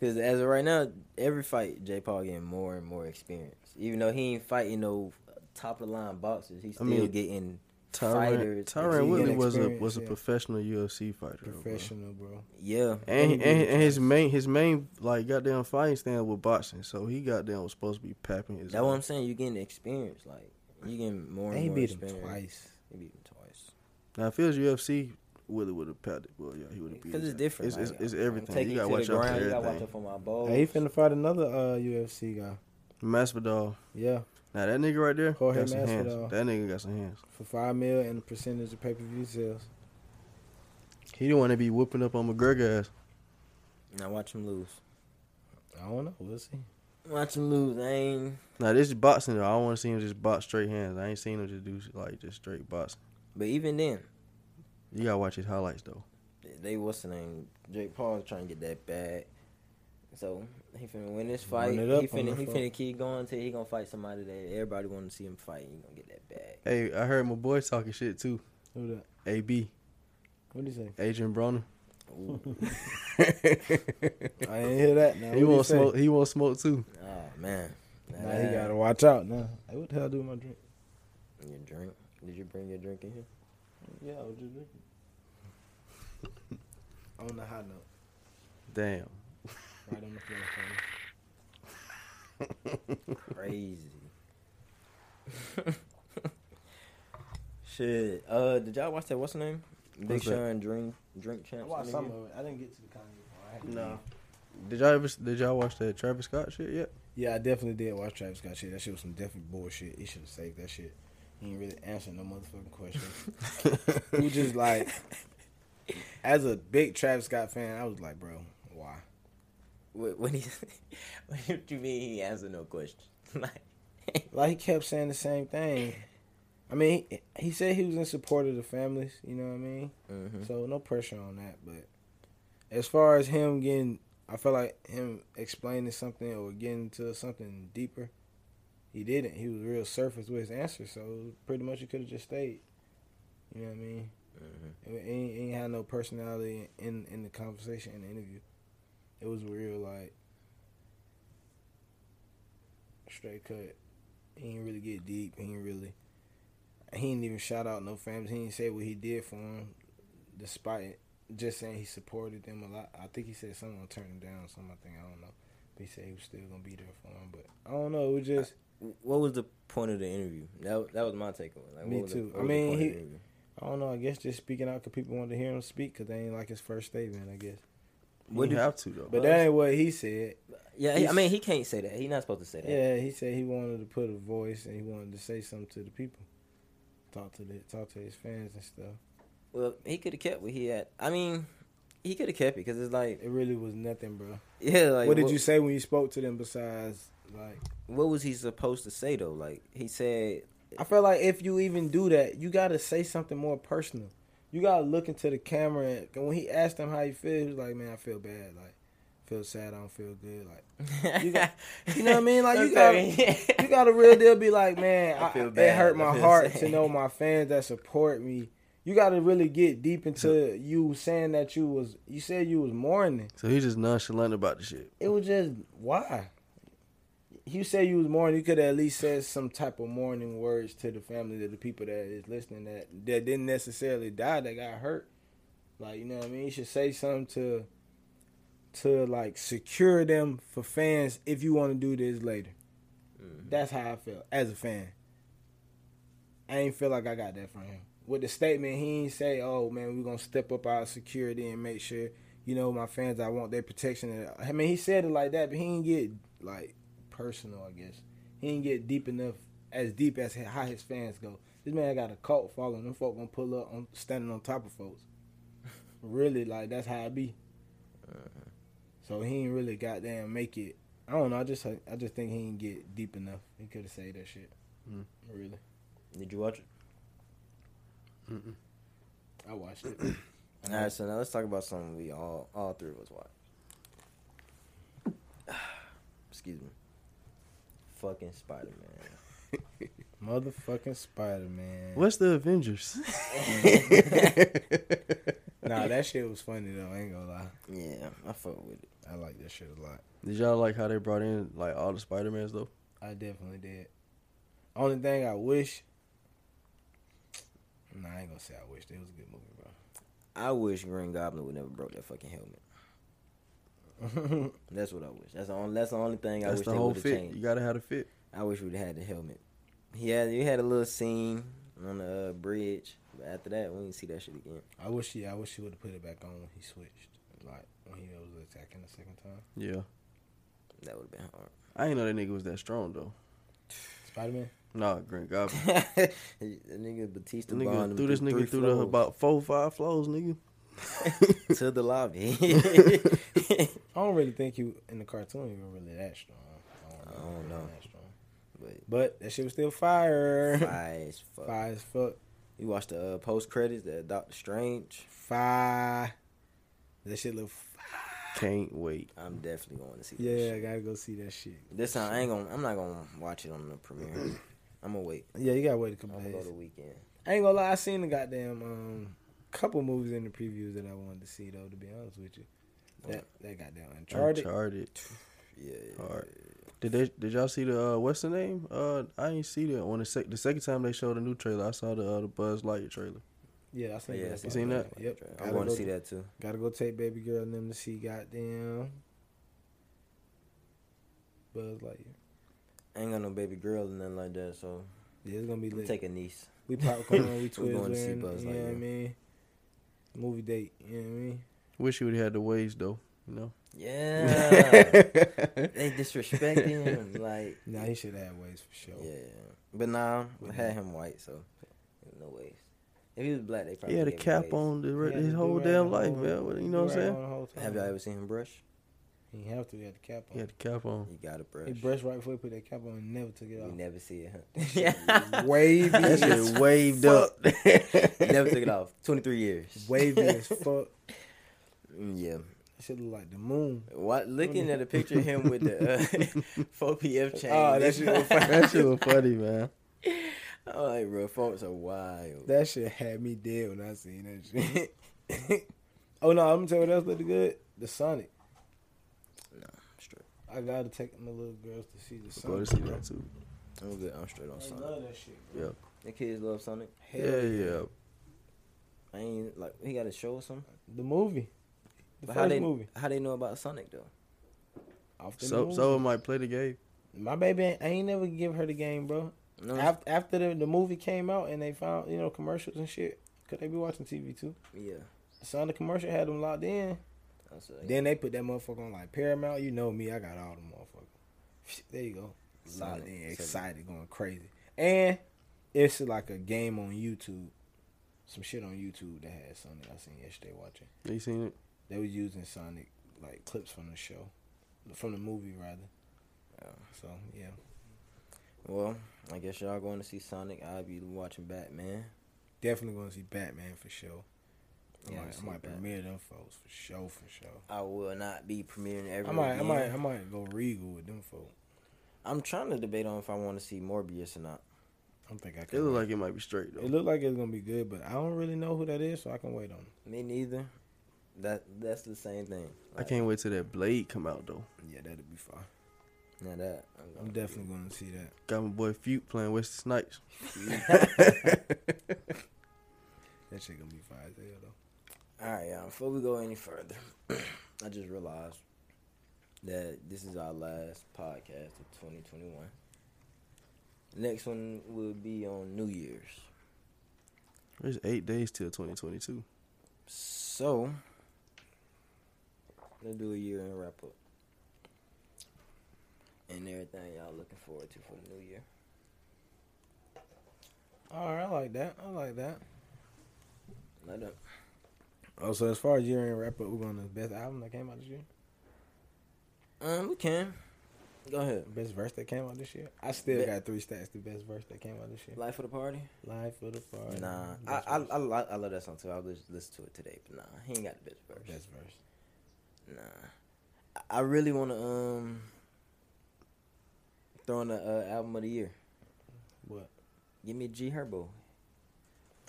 Because as of right now, every fight J Paul getting more and more experience. Even though he ain't fighting no top of the line boxers, he's still mean, getting Tyron, fighters. Tyron He Woodley got was a experience, was a yeah. professional UFC fighter. bro. Professional, bro. Yeah, And, and, He really and his main his main like goddamn fighting stand with boxing, so he goddamn was supposed to be papping his. that's what I'm saying. You getting experience, like you getting more and And he more beat him experience. twice. He beat him twice. now if it was UFC, Woodley would have patted. Well, yeah, he would have beat. Because his it's ass. different. It's, like, it's, it's I'm everything. taking You it gotta to watch the out for ground, You gotta watch everything. out for my balls. Hey, he finna fight another uh, UFC guy. Masvidal. Yeah, Now that nigga right there, Jorge got some Masvidal. hands. That nigga got some hands. for five mil and a percentage of pay per view sales. He didn't want to be whooping up on McGregor ass. Now watch him lose. I don't know. We'll see. Watch him lose. I ain't. Now this is boxing though. I don't want to see him just box straight hands. I ain't seen him just do like just straight boxing. But even then, You gotta watch his highlights though. they what's the name? Jake Paul trying to get that bag. So he finna win this fight. it up He on finna the he fuck. finna keep going till he gonna fight somebody that everybody wanna see him fight. He gonna get that bag. Hey, I heard my boy talking shit too. Who that? AB What do you say? Adrian Broner. Ooh, I didn't hear that. Now He won't smoke. He won't smoke too. oh man. Now he gotta watch out. Now, hey, what the hell do with my drink? Your drink? Did you bring your drink in here? Yeah, I was just drinking. on the high note, Damn. right on the floor. Crazy. Shit. Uh, did y'all watch that? What's the name? Big What's that? Sean drink drink champs. interview? of it. I didn't get to the Kanye. No. Did y'all ever? Did y'all watch that Travis Scott shit yet? Yeah, I definitely did watch Travis Scott shit. That shit was some definite bullshit. He should have saved that shit. He ain't really answering no motherfucking question. he was just like, as a big Travis Scott fan, I was like, bro, why? What, what, he, what you mean he answered no question? like, Like he kept saying the same thing. I mean, he, he said he was in support of the families. You know what I mean? mhm. So no pressure on that. But as far as him getting, I feel like him explaining something or getting to something deeper, he didn't. He was real surface with his answer. So pretty much he could have just stayed. You know what I mean? It ain't, it ain't had no personality in in the conversation in the interview. It was real like straight cut. He ain't really get deep. He ain't really. He ain't even shout out no families. He ain't say what he did for him, despite just saying he supported them a lot. I think he said someone turned him down. or Something I don't know. But he said he was still gonna be there for him. But I don't know. It was just What was the point of the interview? That that was my takeaway. Like, Me what was the- too. what I was the mean, point of he- the interview? I don't know. I guess just speaking out because people wanted to hear him speak because they ain't like his first statement. I guess. We What didn't did- have to though. But that ain't what he said. yeah, he, I he's- mean, he can't say that. He's not supposed to say that. Yeah, he said he wanted to put a voice and he wanted to say something to the people. Talk to the talk to his fans and stuff. Well, he could have kept what he had. I mean, he could have kept it because it's like, It really was nothing, bro. yeah, like what did you say when you spoke to them? Besides, like, What was he supposed to say though? Like he said, I feel like if you even do that, you gotta say something more personal. You gotta look into the camera. And and when he asked him how he feels, he was like, "Man, I feel bad. Like, feel sad. I don't feel good. Like, You got- you know what I mean? Like, you got, you got a real deal. Be like, man, I I feel it bad. hurt I my feel heart sad." to know my fans that support me. You got to really get deep into you saying that you was you said you was mourning. So he's just nonchalant about the shit. It was just why. You said you was mourning. You could at least said some type of mourning words to the family, to the people that is listening that that didn't necessarily die, that got hurt. Like you know what I mean. You should say something to to like secure them for fans if you want to do this later. That's how I feel as a fan. I ain't feel like I got that from him. With the statement, he ain't say, "Oh man, we're gonna step up our security and make sure you know my fans. I want their protection." And- I mean, he said it like that, but he didn't get like personal. I guess he didn't get deep enough, as deep as how his fans go. This man got a cult following. Them folk gonna pull up on standing on top of folks. really, like that's how it be. So he ain't really goddamn make it. I don't know. I just I just think he didn't get deep enough. He could have said that shit. Mm. Really. Did you watch it? I watched it. All right, so now let's talk about something we all all three of us watch. Excuse me. Fucking Spider Motherfucking Spider Man. What's the Avengers? Man. Nah, that shit was funny though. I ain't gonna lie. yeah, I fuck with it. I like that shit a lot. Did y'all like how they brought in like all the Spider Mans though? I definitely did. Only thing I wish. Nah, I ain't gonna say I wish. It was a good movie, I wish Green Goblin would never broke that fucking helmet. bro. That's what I wish. That's the only. That's the only thing I That's wish the they whole would have fit. changed. You gotta have a fit. I wish we'd had the helmet. Yeah, you had a little scene on the uh, bridge, but after that, we didn't see that shit again. I wish he. I wish he would have put it back on when he switched. Like when he was attacking the second time. Yeah, That would have been hard. I ain't know that nigga was that strong though. Spider Man. Nah, Green Goblin. that nigga Batista The nigga bond threw this nigga through the, about four five flows, nigga. to the lobby. I don't really think he in the cartoon. He was really that strong. I don't he was know. That strong. but But that shit was still fire. Fire, fire as fuck. as fuck. You watched the uh, post credits, that Doctor Strange. Fire. That shit look. Fire. Can't wait. I'm definitely going to see. That Yeah, I shit. gotta go see that shit. This time I ain't gonna. I'm not gonna watch it on the premiere. I'm gonna wait. Yeah, you gotta wait a couple I'm gonna days. go the weekend. I ain't gonna lie, I seen the goddamn um couple movies in the previews that I wanted to see though. To be honest with you, that that goddamn Uncharted. Uncharted. Yeah. Hard. Did they? Did y'all see the uh, what's the name? Uh, I ain't see that on the sec- the second time they showed a new trailer. I saw the uh, the Buzz Lightyear trailer. Yeah, I Oh, seen. yeah, that. You seen that? Yep. I Gotta want go- to see that too. Gotta go take baby girl and them to see goddamn Buzz Lightyear. I ain't got no baby girl or nothing like that, so Yeah, it's gonna be I'm lit. take a niece. we popcorn, we We going to see twizzling. Buzz you know what I Lightyear. mean? Movie date. You know what I mean? Wish you would have had the waves though. You know. Yeah. they disrespecting him. Like, Nah, he should have ways for sure. yeah. But nah, I had him white, so no ways. If he was black, they probably He had a gave him cap waves. on the, re Yeah, his the whole do-rag damn on life, the man. whole- What- You know what I'm do-rag saying? on the whole time. Have y'all ever seen him brush? He didn't have to. He had the cap on. He had the cap on. You got to brush. He brushed right before he put that cap on and never took it You off. never see it. Huh? was wavy That shit waved up. never took it off. Twenty three years. Wavy as fuck. Mm, Yeah. That shit look like the moon. What? Looking at a picture of him with the uh, 4PF chain. Oh, that shit was funny. that shit was funny, man. I'm like, bro, folks are wild. That shit had me dead when I seen that shit. oh no, I'm gonna tell you what else looked good. The Sonic. straight. I gotta take my little girls to see the Go to Sonic. see that too. I'm good. I'm straight on They Sonic. love that shit. bro. The kids love Sonic. Hell Yeah, yeah. I ain't like he got a show or something. The movie. The But first how they movie. how they know about Sonic though? Off the So movie. so it might play the game. my baby, ain't- I ain't never give her the game, bro. No, Af- After the, the movie came out and they found you know commercials and shit, could they be watching TV too? yeah. Sonic commercial had them locked in. That's Then they put that motherfucker on like Paramount. You know me, I got all the motherfuckers. There you go. Solid. Locked in, Solid. excited, going crazy. And it's like a game on YouTube, some shit on YouTube that had Sonic. I seen yesterday watching. You seen it? They was using Sonic like clips from the show, from the movie rather. Yeah. So yeah, Well, I guess y'all going to see Sonic. I'll be watching Batman. definitely going to see Batman for sure. I Yeah, might, see I might Batman. premiere them folks for sure, for sure. I will not be premiering every. I might, I weekend. might, I might go regal with them folks. I'm trying to debate on if I want to see Morbius or not. I don't think I can. It look like it might be straight it though. looked like it's gonna be good, but I don't really know who that is, so I can wait on. it. Me neither. That that's the same thing. I can't wait till that Blade come out though. Yeah, that'll be fine. Now that I'm, I'm gonna- definitely going to see that. Got my boy Fute playing Wesley Snipes. That shit gonna be fire as hell though. All right, y'all. Before we go any further, I just realized that this is our last podcast of 2021. Next one will be on New Year's. There's eight days till 2022. So let's do a year and wrap up. And everything y'all looking forward to for the new year. All right, I like that. I like that. Let up. Oh, so as far as year end wrap up, we're going to best album that came out this year, Um, we can. Go ahead. best verse that came out this year. I still Be- got three stats. The best verse that came out this year. Life of the party? Live for the party. Nah. I Best I, verse. I li- I love that song too. I was listen to it today, but nah, he ain't got the best verse. best verse. Nah. I- I really wanna um throw in the uh, album of the year. What? Give me G Herbo.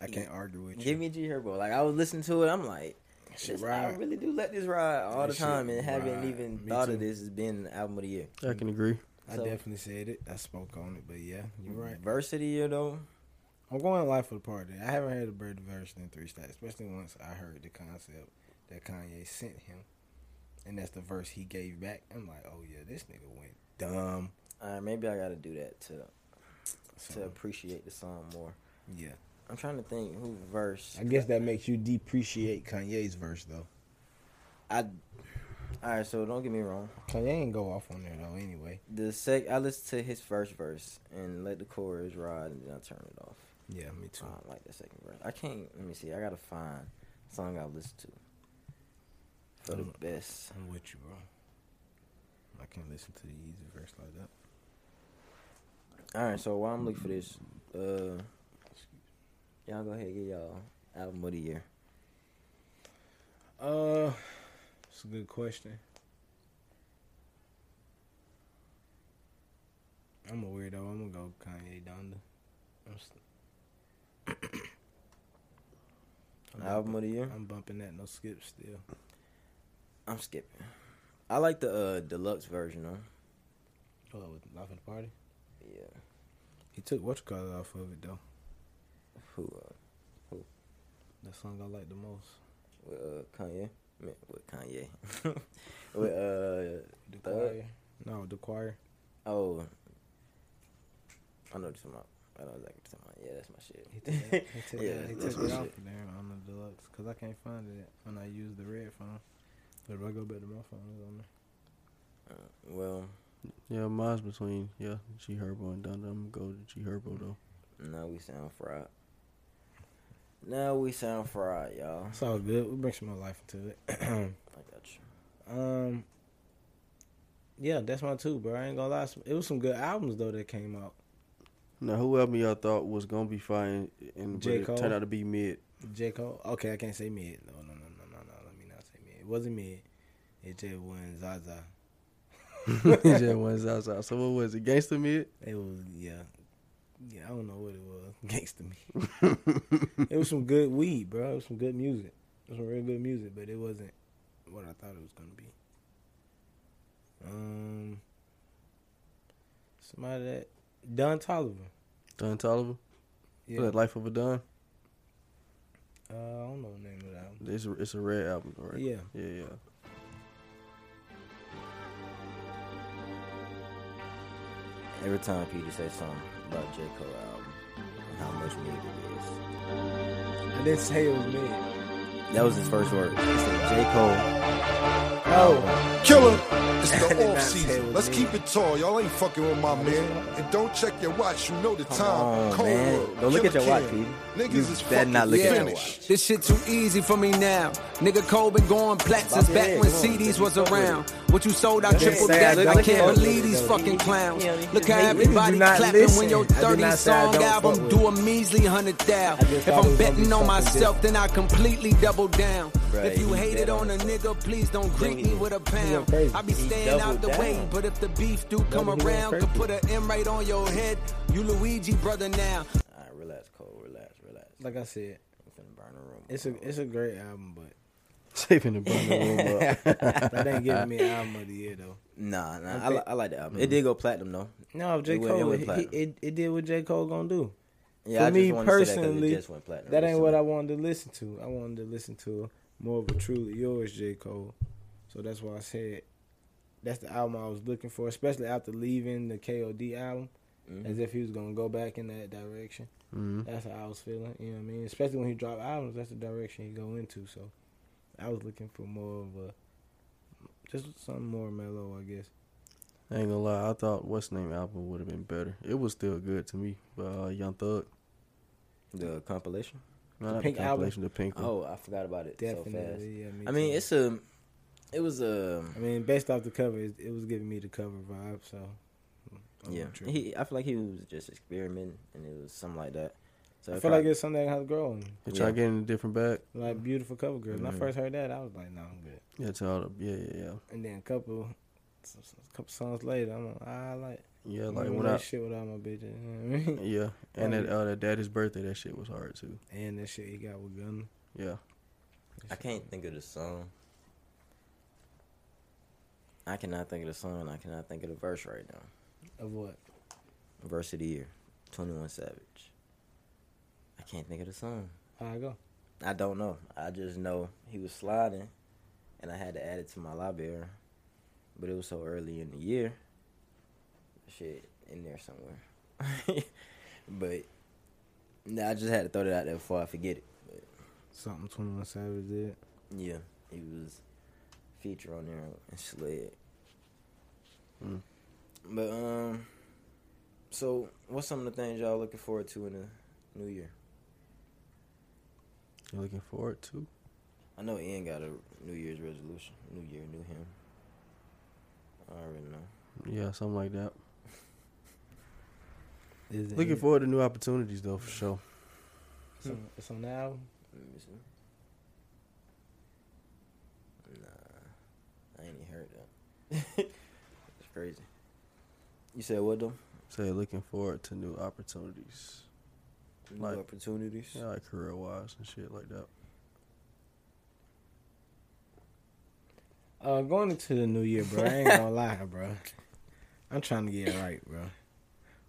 I can't argue with you. Give me G Herbo. Like I was listening to it, I'm like shit This- I right. really do let this ride all This the time shit and haven't ride. even Me thought of too. this as being the album of the year. I Mm. can agree. I So- definitely said it. I spoke on it, but yeah, you're right. Verse of the year though. I'm going live for the party. I haven't heard a bird version in three stats, especially once I heard the concept that Kanye sent him, and that's the verse he gave back. I'm like, oh yeah, this nigga went dumb. Alright, Uh, maybe I gotta do that to to So, appreciate the song more. yeah, I'm trying to think who verse. I guess that makes you depreciate Kanye's verse though. I Alright, so don't get me wrong. Kanye ain't go off on there though. Anyway, The sec I listened to his first verse and let the chorus ride and then I turn it off. yeah, me too. I don't like the second verse. I can't let me see, I gotta find a song I've listened to. For the Mm. best. I'm with you, bro. I can't listen to the easy verse like that. All right, so while I'm looking for this, uh, y'all go ahead and get y'all album of the year. Uh, it's a good question. I'm a weirdo. I'm gonna go Kanye Donda. I'm, st- I'm album bumping, of the year. I'm bumping that. No skip still. I'm skipping. I like the uh, deluxe version though. Oh, with Life of the Party. Yeah. He took what you call it off of it though. Who? Uh, That song I like the most. with uh, Kanye? I mean, With Kanye? with uh, The Thug? choir. No, the choir. oh. I know what you're talking about. I know exactly what you're talking about. Yeah, that's my shit. He took that. He took, Yeah, that, he that's took my it off shit. of there on the deluxe because I can't find it when I use the red phone. But if I go back to my phone, it's on there. Uh, well, Yeah, mine's between yeah G Herbo and Donda. I'm gonna go to G Herbo though. now we sound fried. Now we sound fried, y'all. It's all good. We'll bring some more life into it. I got you. um, yeah, that's my two, bro. I ain't gonna lie. Some- It was some good albums though that came out. Now, who else y'all thought was gonna be fine and J. but it Cole. turned out to be mid? J Cole. Okay, I can't say mid. No, no, no, no, no, no. Let me not say mid. It wasn't mid. It just wasn't Zaza. J. One's outside. So what was it? Gangster mid? It was yeah, yeah. I don't know what it was. Gangsta me. it was some good weed, bro. It was some good music. It was some real good music, but it wasn't what I thought it was gonna be. Um, somebody that Don Tolliver. Don Tolliver. Yeah, Yeah. That Life of a Don. uh, I don't know the name of that. Album. It's a, it's a red album, right? Yeah, Yeah, yeah. Every time Peter says something about J. Cole album and how much music it I didn't say it was me. is. That was his first word. He said J. Cole. Oh, killer. It's And the not off play season. with Let's me. keep it tall. Y'all ain't fucking with my man. And don't check your watch. You know the time. on, Cold man. world. Don't look Killer at your watch, Cam. Pete. Niggas You is better fucking not look at your finished. This shit too easy for me now. Nigga Cole been going plat since back when CDs was around. What you sold, I tripled say I that. I don't can't fuck with believe these it, fucking clowns. Yeah, you Look hate how it. everybody You do not clapping when listen. your I did 30 not say I song don't fuck album with do it. a measly hundred thou. I just If thought it I'm was betting gonna be on something myself, then I completely double down. Bruh, If you he hate it bet on on a nigga, please don't greet he me did. with a He pound. went crazy. I be He staying out doubled the way, down. but if the beef do come he went around, could crazy. put an M right on your head. You Luigi brother now. All right, relax, Cole. Relax, relax. Like I said, I'm finna burn the room. it's a it's a great album, but Saving the burner room up. that ain't giving me album of the year though. nah, nah. I, Okay. li- I like the album. Mm-hmm. It did go platinum though. No, J It went- it Cole, went he- he- platinum. it it did what J Cole gonna do. Yeah, For I just me wanted to say that 'cause personally, it just went platinum. That ain't recently. what I wanted to listen to. I wanted to listen to more of a truly yours, J. Cole. So that's why I said that's the album I was looking for, especially after leaving the KOD album, Mhm. as if he was gonna go back in that direction. Mhm. That's how I was feeling. You know what I mean? Especially when he dropped albums, that's the direction he go into. So I was looking for more of a just something more mellow, I guess. I ain't gonna lie, I thought what's name album would have been better. It was still good to me, but uh, Young Thug, Mm-hmm. The compilation. no, The not Pink the album? compilation, the pink one. Oh, I forgot about it so fast. Mm-hmm. Definitely. yeah, me I mean, too. it's a. It was a. I mean, based off the cover, it, it was giving me the cover vibe. So I'm Yeah, not tripping. he. I feel like he was just experimenting, and it was something like that. So I it feel like probably- it's something that has grown. They try yeah. getting a different bag. Mm-hmm. Like beautiful cover girl. When I first heard that, I was like, "No, I'm good." Yeah, to all the, yeah, yeah, yeah. And then a couple, a couple songs later, I'm like, "I like, Yeah, I'm like in when I, shit with all my bitches." You know what I mean? yeah, and Like- that uh, that daddy's birthday, that shit was hard too. And that shit he got with Gunna. Yeah, I can't think of the song. I cannot think of the song. and I cannot think of the verse right now. Of what? Verse of the year, Twenty One Savage. I can't think of the song. How I go? I don't know. I just know he was sliding, and I had to add it to my library, but it was so early in the year. Shit, in there somewhere. but nah, I just had to throw that out there before I forget it. But Something Twenty One Savage did. yeah, he was feature on there and slid. Mm. But um, so what's some of the things y'all looking forward to in the new year? you looking forward to? I know Ian got a New Year's resolution. New year, new him. I already know. Yeah, something like that. Is it Looking it? forward to new opportunities though, for sure. It's on, it's on the album. Let me see. Nah, I ain't even heard that. That's crazy. You said what though? Say looking forward to new opportunities, New Like- opportunities. yeah, like career wise and shit like that. Uh, going into the new year, bro. I ain't gonna lie, bro. I'm trying to get it right, bro.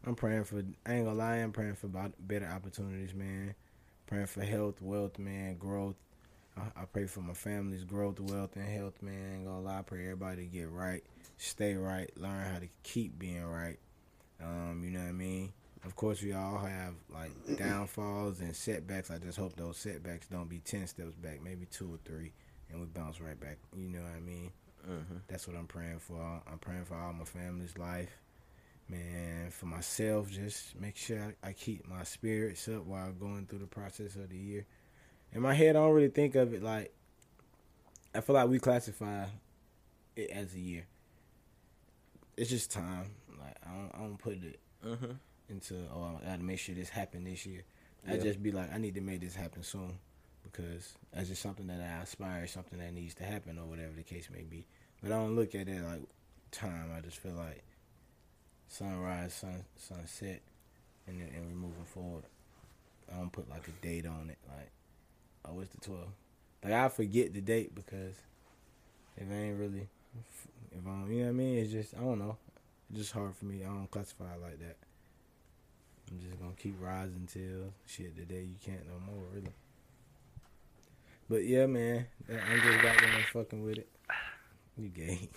I'm praying for. I ain't gonna lie. I'm praying for about- better opportunities, man. Praying for health, wealth, man, growth. I, I pray for my family's growth, wealth, and health, man. I ain't gonna lie. I pray everybody to get right, stay right, learn how to keep being right. Um, you know what I mean. Of course, we all have like downfalls and setbacks. I just hope those setbacks don't be ten steps back, maybe two or three, and we bounce right back. You know what I mean. Mm-hmm. That's what I'm praying for. I'm praying for all my family's life, man. For myself, just make sure I, I keep my spirits up while going through the process of the year. In my head, I don't really think of it like. I feel like we classify it as a year. It's just time. Like I don't, I don't put it Mm-hmm. into oh I gotta make sure this happened this year. I Yeah. just be like I need to make this happen soon because that's just something that I aspire, something that needs to happen or whatever the case may be. But I don't look at it like time. I just feel like sunrise, sun sunset, and then, and we're moving forward. I don't put like a date on it. Like oh it's the 12th. Like I forget the date because if I ain't really if I'm you know what I mean. It's just I don't know. It's just hard for me. I don't classify it like that. I'm just gonna keep rising till shit the day you can't no more, really. But yeah, man, that- I'm just got there fucking with it. You gay?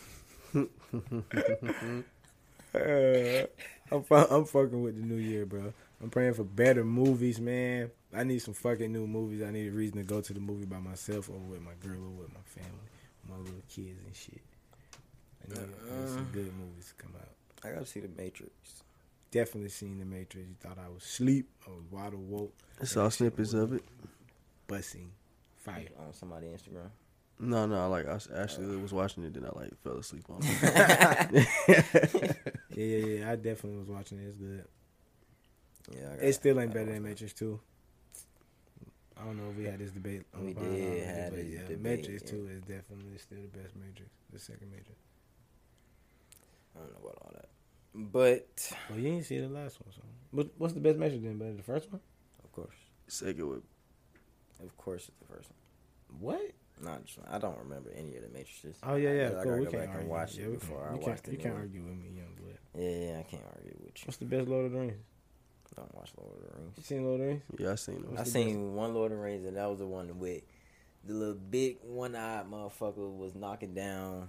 Uh, I'm fu- I'm fucking with the new year, bro. I'm praying for better movies, man. I need some fucking new movies. I need a reason to go to the movie by myself or with my girl or with my family, my little kids and shit. I need, I need some good movies to come out. I gotta see the Matrix. Definitely seen The Matrix. You thought I was asleep. I was wide awoke. I saw snippets of it. Busting. Fire. On uh, somebody Instagram. No, no, like I s- actually was watching it, then I like fell asleep on it. Yeah, yeah, yeah. I definitely was watching it. It's good. Yeah, I got- It still ain't I better watched than that. Matrix 2. I don't know if we had this debate. on We the pod did already, have but this yeah, debate, Matrix yeah. 2 is definitely still the best Matrix, the second Matrix. I don't know about all that, but Well, you ain't see the last one, so. But what's the best Matrix then, buddy? The first one? of course, Second with of course, it's the first one. What? Not just, I don't remember any of the matrices. Oh, yeah, yeah. I, Cool. gotta We go can't back argue. and watch yeah, it we before can't, I you watch can't, the You new can't one. argue with me, young boy. Yeah, yeah, I can't argue with you. What's the best Lord of the Rings? Don't watch Lord of the Rings. You seen Lord of the Rings? yeah, I seen them. I seen one Lord of the Rings, and that was the one with the little big one eyed motherfucker was knocking down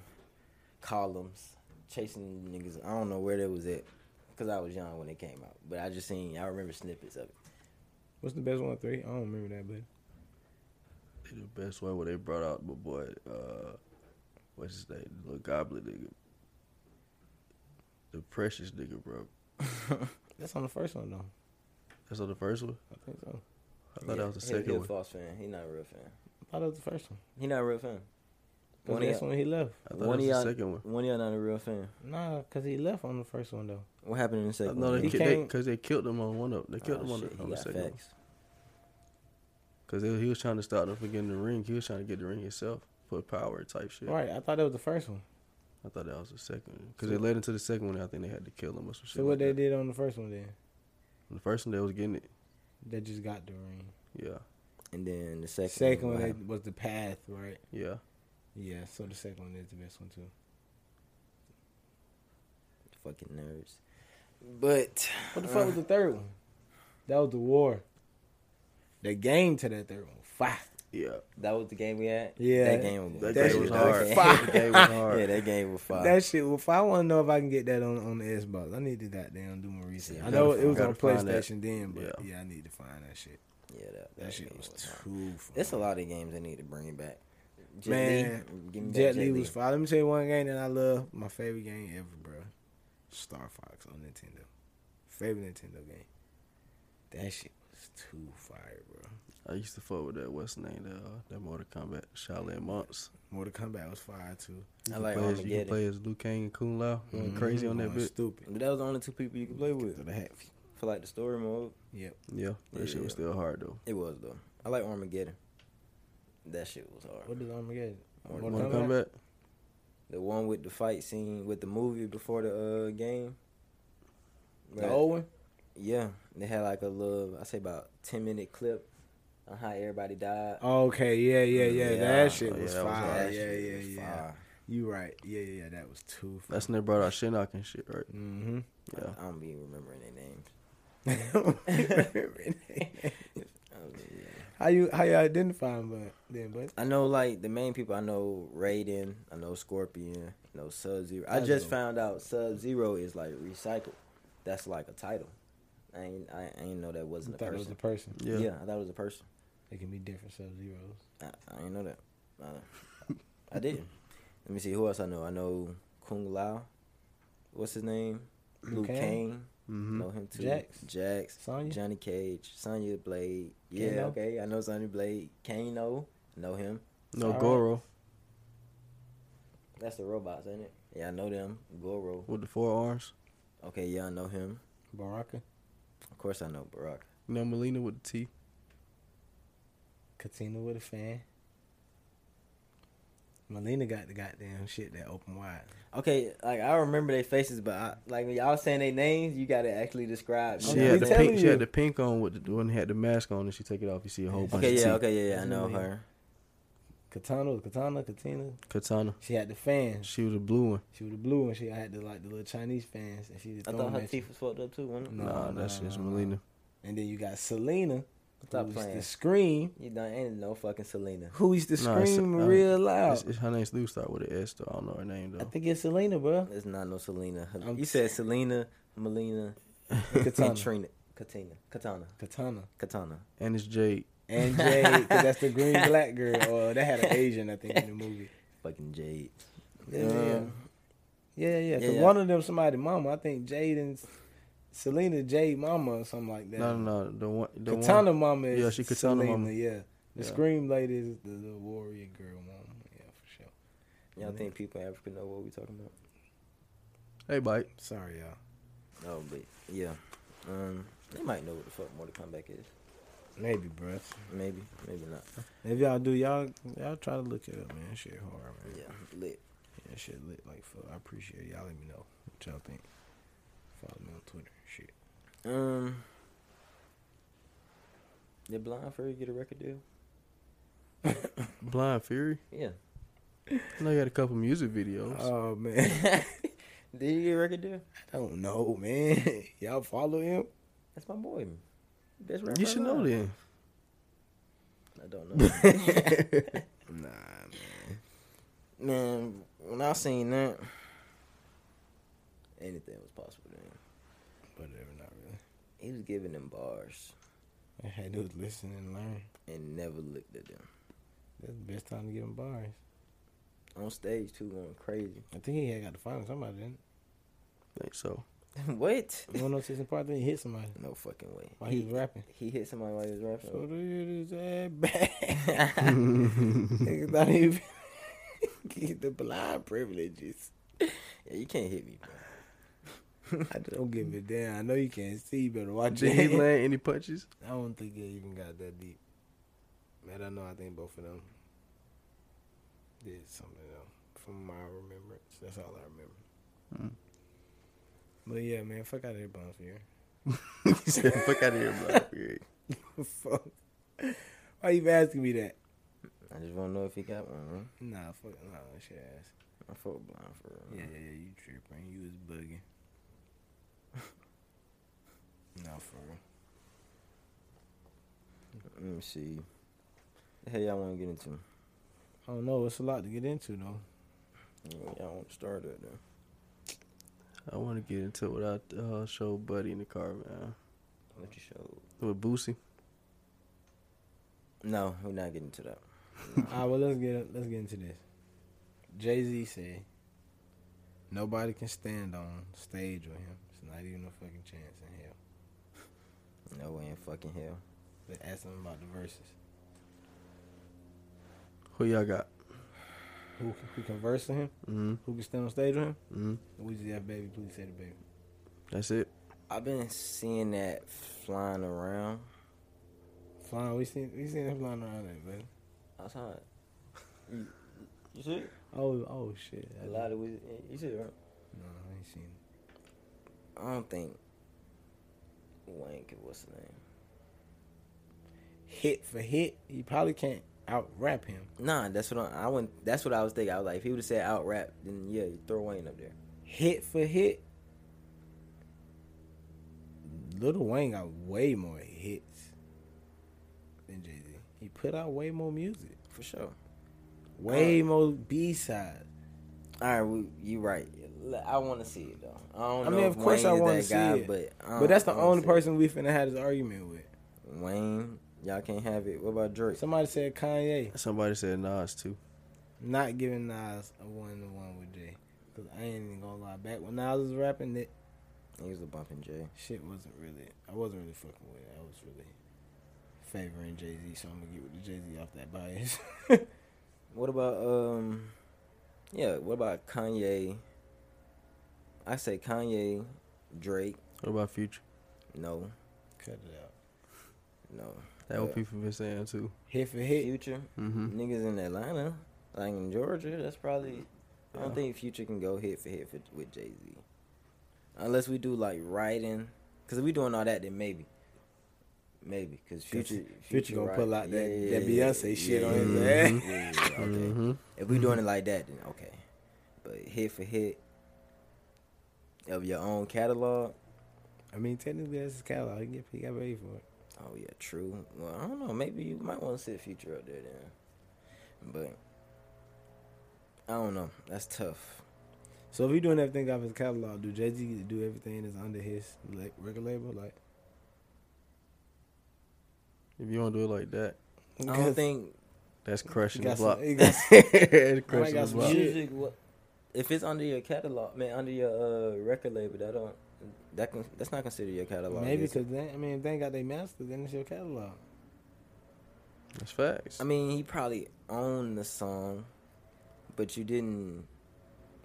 columns, chasing niggas. I don't know where they was at because I was young when it came out, but I just seen, I remember snippets of it. What's the best one? Three? I don't remember that, but They the best one where they brought out my boy, uh, what's his name, the little goblet nigga, the precious nigga, bro. that's on the first one though. That's on the first one. I think so. I thought that was the He- second he one. a false fan. He not a real fan. I thought that was the first one. He not a real fan. 'Cause One of that's y'all- when he left. I thought that one was of the y'all- second one. One of y'all not a real fan. Nah, cause he left on the first one though. What happened in the I second know one? they He ki- they can't- because they killed him on one of they killed Oh, him on shit, the, he on the got second one facts. because he was trying to stop them from getting the ring. He was trying to get the ring himself for power type shit. Right, I thought that was the first one. I thought that was the second one because they led into the second one. I think they had to kill him or some shit. So what like they that. did on the first one then? The first one they was getting it. They just got the ring. Yeah, And then the second, second what one happened? they, was the path, right? yeah. Yeah. So the second one is the best one too. fucking nerds. But What the fuck was the third one? That was the war. The game to that third one. Five. Yeah, that was the game we had. Yeah. that game was that, That game was shit- hard. okay. that game was hard. Yeah, that game was fire. That shit. Well, if I want to know if I can get that on on the Xbox, I need to goddamn do my research. Yeah, I know it was gotta on find that. PlayStation then, but Yeah. yeah, I need to find that shit. yeah, that, That, shit game was fire. too. fun. It's a lot of games they need to bring back. Jet Man, Li, give me back Jet Li was fire. Let me tell you one game that I love. My favorite game ever, bro. Star Fox on Nintendo. Favorite Nintendo game. That shit was too fire, bro. I used to fuck with that what's his name that uh, that Mortal Kombat Shaolin monks. Mortal Kombat was fire too. I like play as, you can Armageddon. play as Liu Kang and Kung Lao. Going Mm-hmm. crazy on that Going bitch. Stupid. But that was the only two people you could play with. Through the hat. For like the story mode, Yep. Yeah, that shit was Yeah. still hard though. it was though. I like Armageddon. That shit was hard. What did Armageddon? Mortal Mortal Kombat. The one with the fight scene with the movie before the uh, game. The Right. old one. Yeah, they had like a little, I say about ten minute clip on how everybody died. Okay. Yeah. Oh, Yeah. Yeah. Yeah. That shit Oh, yeah, was that was fire. hard. yeah. shit Yeah. was Yeah. fire. You right. Yeah. Yeah. yeah, That was too. Fire. That's when they brought out Shinnok and shit, right? Mm-hmm. Yeah. I don't be remembering their names. I, don't be- yeah. how you how you identify him, but then but I know like the main people. I know Raiden. I know Scorpion. I know Sub Zero. I just Sub-Zero. found out Sub Zero is like recycled. That's like a title. I ain't I, I ain't know that wasn't I a thought it person. was the person. Yeah. yeah, I thought it was a person. It can be different sub zeros. I, I didn't know that. I, I didn't. Let me see who else I know. I know Kung Lao. What's his name? Liu Luke Kang? Mm-hmm. Kane. hmm Know him too. Jax. Jax. Sonya? Johnny Cage. Sonya Blade. Yeah, Kano? okay. I know Sonya Blade. Kano. Know him. No Alright. Goro That's the robots, ain't it? Yeah, I know them. Goro. with the four arms. Okay, yeah, I know him. Baraka, Of course, I know Barack. You know Melina with the T. Katina with a fan. Melina got the goddamn shit that open wide. Okay, like I remember their faces, but I, like when y'all saying their names, you gotta actually describe. She you know had what the I'm saying? pink. She had the pink on with the one had the mask on, and she take it off. You see a whole bunch Okay, of yeah, teeth. okay, yeah, yeah. I That's know amazing. her. Katana was Katana, Katina. Katana. She had the fans. She was a blue one. She was the blue one. She had the like the little Chinese fans, and she was I throwing thought her that. teeth was fucked up too. Wasn't it? No, nah, no, that's no, just no. Melina. And then you got Selena, Stop who used playing. to scream. You done ain't no fucking Selena. Who used to Nah, it's- scream uh, real loud? It's, it's, her name's Lou start with an S though. I don't know her name I though. think it's Selena, bro. There's not no Selena. I'm- you said Selena, Melina, Katana. and Trina. Katina. Katana. Katana. Katana. And it's Jade. And Jade, because that's the green black girl. Or they had an Asian, I think, in the movie. Fucking Jade. Yeah. Um, Yeah, yeah. 'cause Yeah, yeah. one of them somebody mama. I think Jade and Selena Jade mama or something like that. No, no, no. The one, the Katana one. mama is Yeah, she Katana Selena, mama. Yeah, the Yeah. scream lady is the, the warrior girl mama. Yeah, for sure. Y'all think people in Africa know what we talking about? Hey, Mike. Sorry, y'all. No, but yeah, um, they might know what the fuck Mortal Kombat is. Maybe, bruh. Maybe, maybe not. If y'all do, y'all y'all try to look it up, man. That Shit hard, man. Yeah, lit. Yeah, shit lit like fuck. I appreciate it. y'all. Let me know what y'all think. Follow me on Twitter. Shit. Um, did Blind Fury get a record deal? Blind Fury. Yeah. I know you had a couple music videos. Oh man, Did he get a record deal? I don't know, man. Y'all follow him? That's my boy. Best rapper. you should know alive. then. I don't know. Nah, Man, when I seen that, anything was possible then. whatever. Not really. He was giving them bars I had to listen and learn. and never looked at them. That's the best time to give him bars. On stage too, going crazy. I think he had got to find somebody. Didn't think so. what? he? 106 and part, then he hit somebody No fucking way. while he he, was rapping. he hit somebody while he was So rapping. dude, is that bad? Nigga thought he get the blind privileges. Yeah, you can't hit me, bro. I don't give a damn. I know you can't see, you better watch Did he it. land any punches? I don't think it even got that deep. Man, I know. I think both of them did something though, from my remembrance. That's all I remember. Hmm. But yeah, man, fuck out of here, Bones Fury. he said, "Fuck out of here, Blind Fury." fuck. Why you asking me that? I just want to know if he got one. Huh? Nah, fuck, nah, shit ass. I felt blind for real. Yeah, yeah, yeah, you tripping. You was bugging. nah, for real. Let me see. The hell y'all want to get into? I don't know. It's a lot to get into though. Y'all want to start at then? I want to get into what I uh, showed Buddy in the car, man. What you showed? With Boosie. No, we're not getting to that. All right, well let's get let's get into this. Jay Z said, "Nobody can stand on stage with him. It's not even a fucking chance in hell." No way in fucking hell. They asked him about the verses. Who y'all got? Who who can verse with him? Mm-hmm. Who can stand on stage with him? mm-hmm. Weezy F baby, please say the baby. That's it. I've been seeing that flying around. Flying, we seen we seen him flying around there, baby. outside. You, you see? it? Oh oh shit, A lot of wizards. You see, it, right? No, I ain't seen. It. I don't think Wayne could. What's the name? Hit for hit, he probably can't out rap him. Nah, that's what I, I went. That's what I was thinking. I was like, if he would have said out rap, then yeah, you throw Wayne up there. Hit for hit, Little Wayne got way more hits than Jay Z. He put out way more music, For sure. way Uh, more B sides. All right, we, you right. I want to see it though. I don't I know mean, if of course Wayne I is wanna that see guy, it. but I But that's the don't- uh, I wanna only see person we finna have this argument with. it. Wayne. Y'all can't have it. What about Drake? Somebody said Kanye Somebody said Nas too. not giving Nas a one to one with Jay. Cause I ain't even gonna lie, back when Nas was rapping, that He was a bumping Jay. shit wasn't really. I wasn't really fucking with. it. I was really favoring Jay Z, so I'm gonna get with the Jay Z off that bias. What about um yeah, what about Kanye? I say Kanye, Drake, What about Future? no, Cut it out. no. That what people been saying too. Hit for hit. Future. Mm-hmm. Niggas in Atlanta, like in Georgia, that's probably I don't think Future can go hit for hit for, with Jay Z. Unless we do like writing, cuz if we doing all that then maybe Maybe, cause future, Future gonna pull out that- that Beyonce shit on his head. ass. Mm-hmm. okay. Mm-hmm. If we doing it like that, then okay. But hit for hit of your own catalog, I mean, technically that's his catalog. He get he got paid for it. Oh yeah, true. Well, I don't know. Maybe you might want to sit future up there then, but I don't know. That's tough. So if he doing everything off his catalog, do Jay Z do everything that's under his like, record label? Like, If you want to do it like that, I don't think that's he crushing the got some. block. He got That's I might crushing got the some block. shit. music. What if it's under your catalog, man, under your uh, record label, that don't that can that's not considered your catalog. Maybe is it? because then I mean if they ain't got their master, then it's your catalog. That's facts. I mean, he probably owned the song, but you didn't.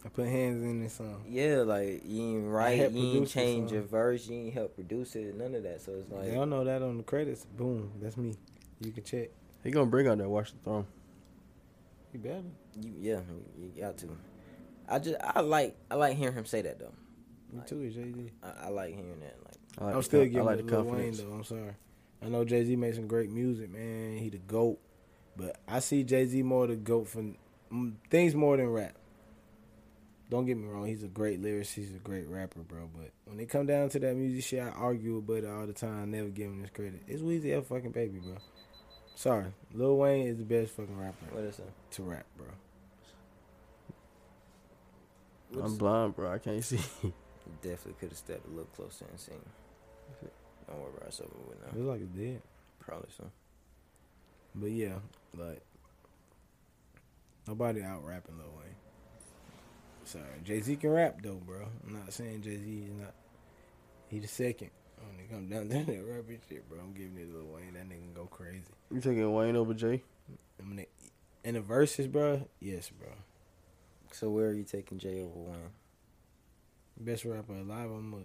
I put hands in this song. Yeah, like you ain't write, helped you ain't produce the change song. your verse, you ain't help produce it, none of that. So it's like they don't know that on the credits. Boom, that's me. You can check. He gonna bring out that Watch the Throne. You better. you, yeah, you got to. I just I like I like hearing him say that though. Me too, Jay Z. I, I like hearing that. Like I like I'm the still con- giving I like it the to Lil Wayne confidence. though. I'm sorry. I know Jay Z made some great music, man. He the goat, but I see Jay Z more the goat for mm, things more than rap. Don't get me wrong. He's a great lyricist. He's a great rapper, bro. But when it come down to that music shit, I argue about it all the time. I never give him this credit. It's Weezy F fucking baby, bro. Sorry, Lil Wayne is the best fucking rapper what is that? to rap, bro. I'm blind, bro. I can't see. Definitely could have stepped a little closer and seen. Don't worry about ourselves. We would know. It's like it did. Probably so. But yeah, like nobody out rapping Lil Wayne. Sorry, Jay Z can rap though, bro. I'm not saying Jay Z is not. He the second when it come down to that rapping shit, bro. I'm giving it to Lil Wayne. That nigga can go crazy. You taking Wayne over Jay? I mean, in the verses, bro. Yes, bro. So where are you taking Jay over Wayne? Best rapper alive. I'm a.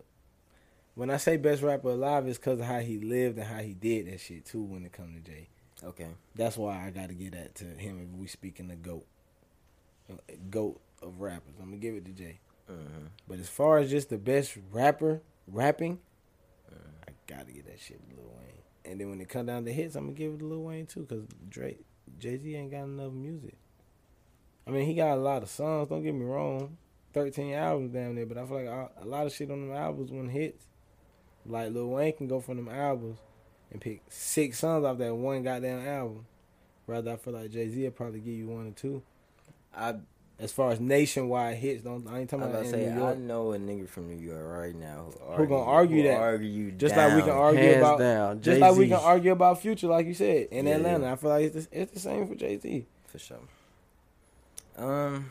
When I say best rapper alive, it's because of how he lived and how he did that shit too. When it come to Jay, Okay. That's why I got to get that to him if we speaking the goat, Uh, goat of rappers. I'm gonna give it to Jay. Mhm. But as far as just the best rapper rapping, I gotta get that shit to Lil Wayne. And then when it come down to hits, I'm gonna give it to Lil Wayne too, cause Drake, Jay Z ain't got enough music. I mean, he got a lot of songs. Don't get me wrong, thirteen albums down there. But I feel like a a lot of shit on them albums when hits, like Lil Wayne can go from them albums and pick six songs off that one goddamn album. Rather, I feel like Jay Z will probably give you one or two. I As far as nationwide hits, don't I ain't I'm talking about about to in say New I York. know a nigga from New York right now who Who gonna argue who that. Argue you Just like we down. can argue Hands about down. just like we Jay-Z. can argue about future, like you said in Yeah. Atlanta. I feel like it's the, it's the same for Jay Z. for sure. Um,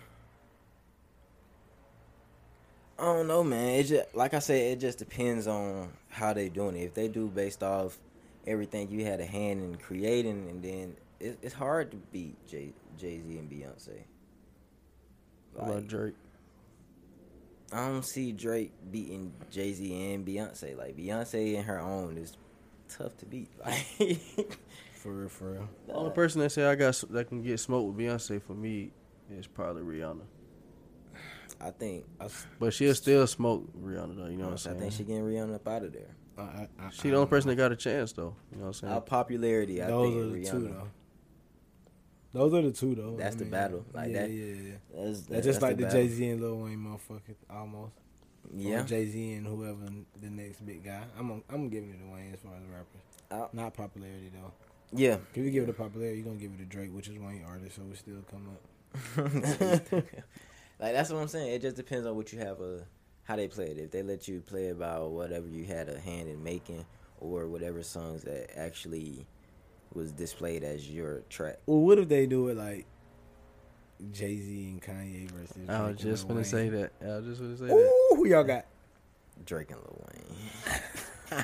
I don't know, man. It just like I said, it just depends on how they doing it. If they do based off everything you had a hand in creating, and then it, it's hard to beat Jay Jay Z and Beyonce. What about Like, Drake? I don't see Drake beating Jay Z and Beyonce. Like Beyonce in her own is tough to beat. Like For real, for real. The only person that say I got s- that can get smoked with Beyonce for me is probably Rihanna. I think I, But she'll still smoke Rihanna though. You know what I'm saying? think she she, getting Rihanna up out of there. I, I, I, the only person that got a chance though. You know what I'm saying? Our popularity, I Those think are the Rihanna. two though. Those are the two though. That's I the mean, battle, like yeah, that. Yeah, yeah, yeah. That's, That's just like the battle. Jay Z and Lil Wayne motherfucker almost. Yeah, Jay Z and whoever the next big guy. I'm i I'm giving it to Wayne as far as rappers. I- Not popularity though. yeah. If you give it a popularity, you're gonna give it to Drake, which is Wayne artist, so we still come up. like that's what I'm saying. It just depends on what you have a how they play it. If they let you play about whatever you had a hand in making, or whatever songs that actually was displayed as your track. Well, what if they do it like Jay Z and Kanye versus? Drake I was and just Lil gonna say Wayne? that. I was just gonna say that. Ooh, who y'all got? Drake and Lil Wayne.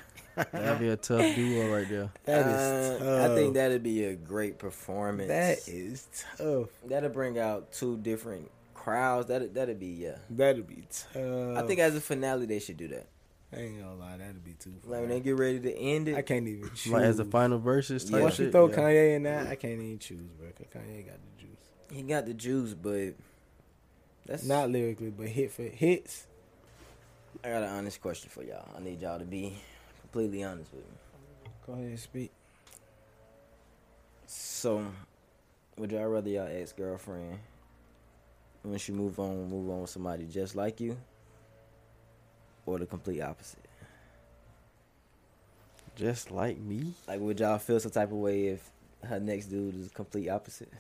That'd be a tough duo right there. That is Uh, tough. I think that'd be a great performance. that is tough. that'll bring out two different crowds. That that'd be yeah. That'd be tough. I think as a finale they should do that. I ain't gonna lie, that'd be too. Like Far. when they get ready to end it, I can't even choose. Like as the final verses type Yeah. Once you shit. throw yeah. Kanye in that, I can't even choose, bro. 'cause Kanye got the juice. he got the juice, but that's Not lyrically, but hit for hits. I got an honest question for y'all. I need y'all to be completely honest with me. Go ahead and speak. So, would y'all rather y'all ex girlfriend, once you move on, move on with somebody just like you, or the complete opposite? Just like me. Like, would y'all feel some type of way if her next dude is the complete opposite?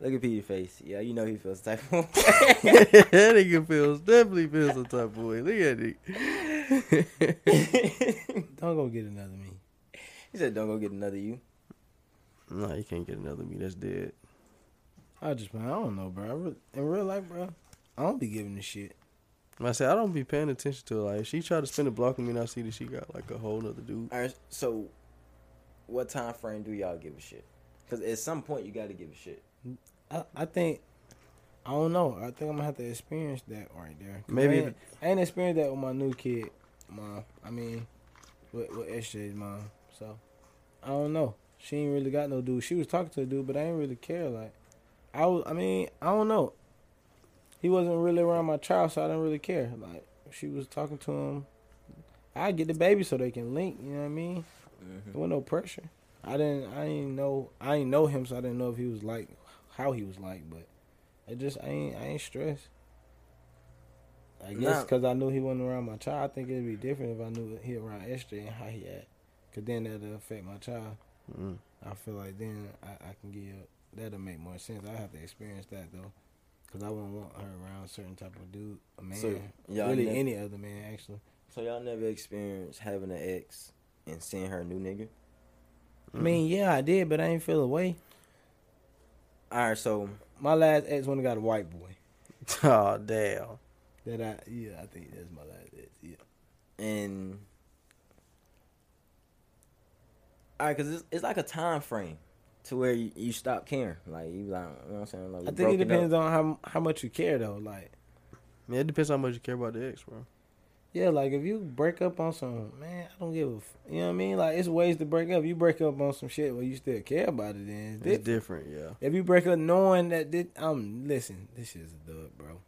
Look at Peter's face. Yeah, you know he feels some type of way. that nigga feels definitely feels some type of way. Look at it. Don't go get another me. He said, "Don't go get another you." Nah, you can't get another me. That's dead. I just, I don't know, bro. I re- in real life, bro, I don't be giving a shit. I said I don't be paying attention to it. Like if she tried to spin a block with me, and I see that she got like a whole nother dude. All right, so what time frame do y'all give a shit? Because at some point you got to give a shit. I, I think I don't know. I think I'm gonna have to experience that right there. 'Cause Maybe I ain't, I ain't experienced that with my new kid, mom. I mean, with with SJ's mom. So I don't know. She ain't really got no dude. She was talking to a dude, but I ain't really care. Like I was. I mean, I don't know. He wasn't really around my child, so I didn't really care. Like she was talking to him. I get the baby so they can link. You know what I mean? Mm-hmm. There was no pressure. I didn't. I didn't know. I didn't know him, so I didn't know if he was like how he was like, but. I just I ain't I ain't stressed. I guess Nah. because I knew he wasn't around my child. I think it'd be different if I knew he around SJ and how he act. Cause then that'll affect my child. Mm. I feel like then I, I can give that'll make more sense. I have to experience that though, cause I wouldn't want her around certain type of dude, a man, So, y'all really nev- any other man actually. So y'all never experienced having an ex and seeing her new nigga. I mean, yeah, I did, but I ain't feel away. All right, so My last ex one got a white boy. Oh damn. That I yeah, I think that's my last ex. Yeah. and all right, because it's, it's like a time frame to where you, you stop caring. Like you be like, you know what I'm saying? Like, I think it depends on how how much you care though. Like Man, it depends how much you care about the ex, bro. Yeah, like if you break up on some man, I don't give a. F- you know what I mean? Like it's ways to break up. You break up on some shit where you still care about it. Then it's It's different. different, yeah. if you break up knowing that this, um, listen, this is a dub, bro.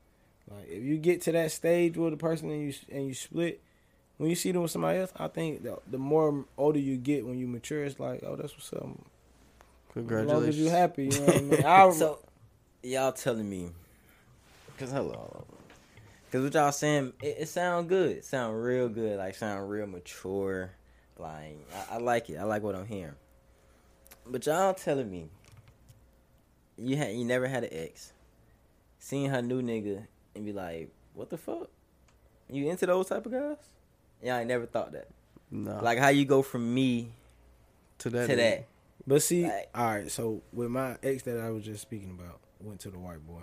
Like if you get to that stage with a person and you and you split, when you see them with somebody else, I think the, the more older you get when you mature, it's like, oh, that's what's up. As long as Congratulations. you happy, you know what I mean. I, So y'all telling me, cause hello, cause what y'all saying, it, it sound good, it sound real good, like sound real mature, like I, I like it, I like what I'm hearing. But y'all telling me, you had you never had an ex, seeing her new nigga and be like, what the fuck, you into those type of guys? Yeah, I never thought that. Nah, Like how you go from me to Uh-huh. that. to that. nigga. But see, Like- all right. So with my ex that I was just speaking about, went to the white boy.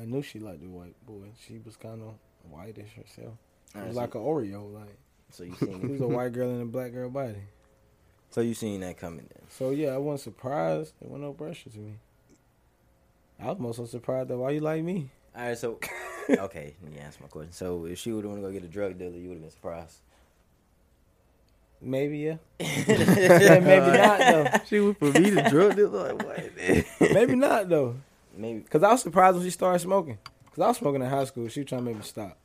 I knew she liked the white boy. She was kind of whitish herself. She Alright, was so- like an Oreo. Like so you she was seen, a white girl in a black girl body. so you seen that coming then? So yeah, I wasn't surprised. There wasn't no pressure to me. I was most so surprised that why you like me. All right, so okay, let me answer my question. So if she would have want to go get a drug dealer, you would have been surprised. Maybe yeah. yeah maybe not though. She was for me to drug dealer. Like what? Maybe not though. Maybe Cause I was surprised when she started smoking. Cause I was smoking in high school. She was trying to make me stop.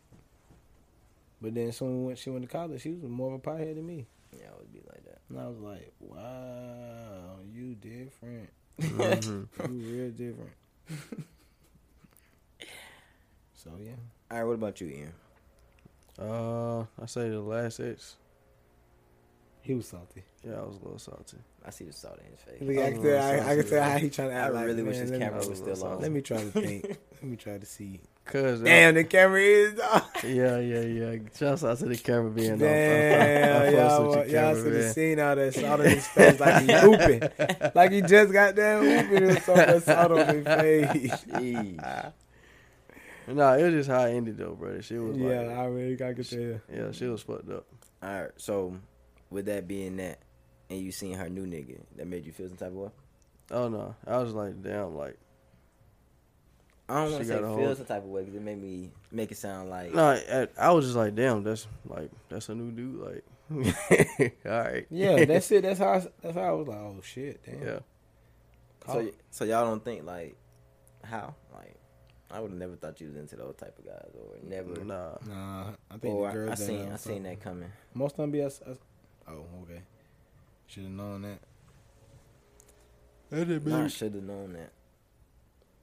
But then soon when she went to college, she was more of a pothead than me. yeah, it would be like that. And I was like, wow, you different. Mm-hmm. You real different. so yeah. All right, what about you, Ian? uh, I say the last ex. He was salty. Yeah, I was a little salty. I see the salt in his face. Look, I was can a tell, little I, I can salty, tell yeah. how he trying to I act. like, really wish man, his let me- camera I was was a still little on. Let me try to think. let me try to see. Cause uh, Damn, the camera is off. Yeah, yeah, yeah. Shouts out to the camera being off. I- I, I, Damn, I fucks y'all, with your y'all camera, should have man. seen all that salt on his face like he hooping. like he just got down hooping with so much salt on his face. Jeez. Nah, it was just how it ended though, bro. That Shit was Yeah, like, I really gotta get there. yeah, she was fucked up. All right, so with that being that, and you seen her new nigga, that made you feel some type of way. Oh no, I was like, damn, like, I don't She want to got say a feel whole- some type of way because it made me make it sound like no, I, I was just like, damn, that's like, that's a new dude, like, all right, Yeah, that's it. That's how. I, that's how I was like, oh shit, damn. yeah. so. y- So y'all don't think like how like I would have never thought you was into those type of guys or never. Nah, Nah, I think Or the Oh, I, girls I that seen I was seen fucking- that coming. Most of them be us. us- oh, okay. Should have known that. Nah, I should have known that.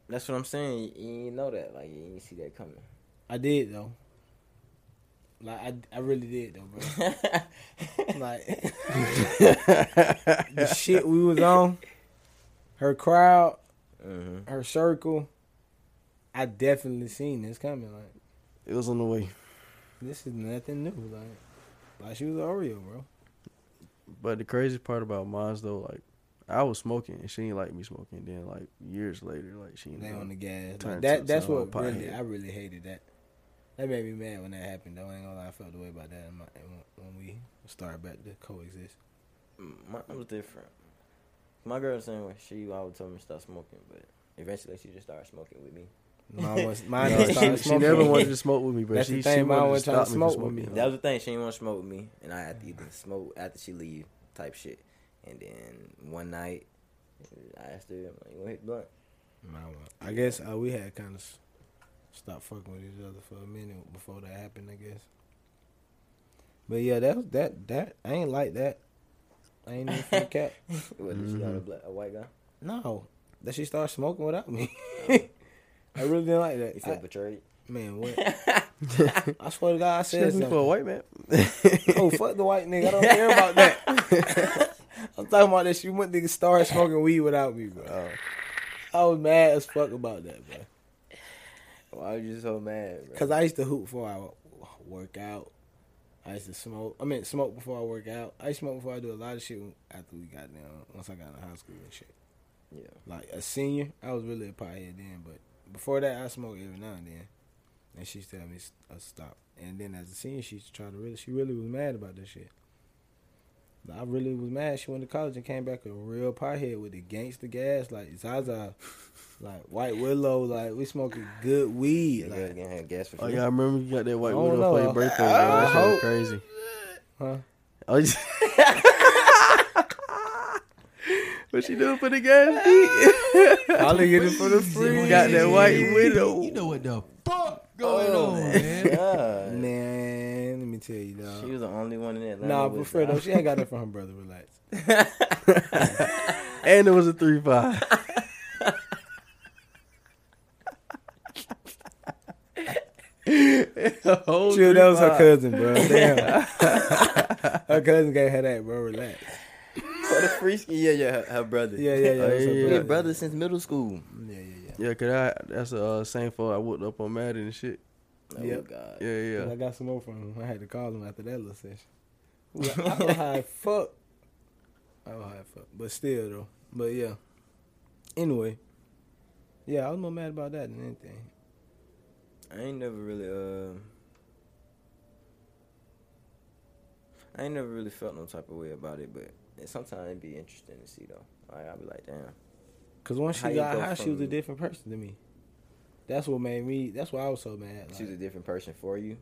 That's what I'm saying. You ain't know that. Like you ain't see that coming. I did though. Like I, I really did though, bro. like the shit we was on, her crowd, Mhm. her circle. I definitely seen this coming. Like it was on the way. this is nothing new. Like like she was an Oreo, bro. But the crazy part about mine though, like I was smoking and she ain't like me smoking. Then like years later, like she ain't They like- on the gas. Turn Like, to that that's sound what like a really pothead. I really hated that. That made me mad when that happened. Though I ain't gonna lie, I felt the way about that in my, in- when we started back to coexist. Mine was different. My girl the same way. She always told me to stop smoking, but eventually she just started smoking with me. Mine was No, mine she- was started she, smoking. never wanted to smoke with me, bro. That's the she, she thing, Mom wanted to wasn't trying to stop me from smoke with me. smoking. That was the thing. She didn't want to smoke with me, and I had to either smoke after she leave type shit. And then one night, I asked her, I'm like, "You want to hit the blunt?" Mine was- I guess uh, we had kind of stopped fucking with each other for a minute before that happened. I guess. But yeah, that that that I ain't like that. I ain't even from cap. What, mm She got a, black, a white guy. No, that she started smoking without me. I really didn't like that. You feel I- betrayed? Man, what? I swear to God, I She said asked me something. for a white man. Oh, fuck the white nigga. I don't care about that. I'm talking about that she went nigga started smoking weed without me, bro. I was mad as fuck about that, bro. Why are you so mad, bro? Cause I used to hoop before I wo- work out. I used to smoke. I mean, smoke before I work out. I used to smoke before I do a lot of shit after we got down. Once I got out of high school and shit. yeah. Like a senior, I was really a pothead then. But before that, I smoked every now and then. And she used to tell me s- uh, stop. And then as a senior, she used to try to really. She really was mad about this shit. But I really was mad. She went to college and came back a real pothead with the gangster gas, like Zaza, like White Willow, like we smoking good weed, You like guys getting gas for Oh free. yeah, I remember you got that white I don't widow know. for your birthday. bro. That shit hope- was crazy. Huh? Oh, you- what she doing for the gas? fee? I'll get it for the free. got that white You widow. know what the fuck going on, man? God. Man, let me tell you, dog. She was the only one in Atlanta. nah, with but Fredo, she ain't got it from her brother. Relax. And it was a three five. Chill, that was her cousin, bro. Damn. her cousin gave her that, bro. Relax. for the free ski. Yeah, yeah, her, her brother. Yeah, yeah, yeah. yeah, Been yeah. brothers brother since middle school. Yeah, yeah, Yeah, cause I that's the uh, same fool I whooped up on Madden and shit. Oh Yep. God. Yeah, yeah. yeah. I got some more from him. I had to call him after that little session. Yeah, I was high as fuck. I was high as fuck. But still, though. But yeah. Anyway. Yeah, I was more mad about that than anything. I ain't never really uh I ain't never really felt no type of way about it, but it, sometimes it'd be interesting to see though. Like I'll be like, damn. Cause once she How you got go high, she was a from- different person to me. That's what made me. That's why I was so mad. She's a like, different person for you.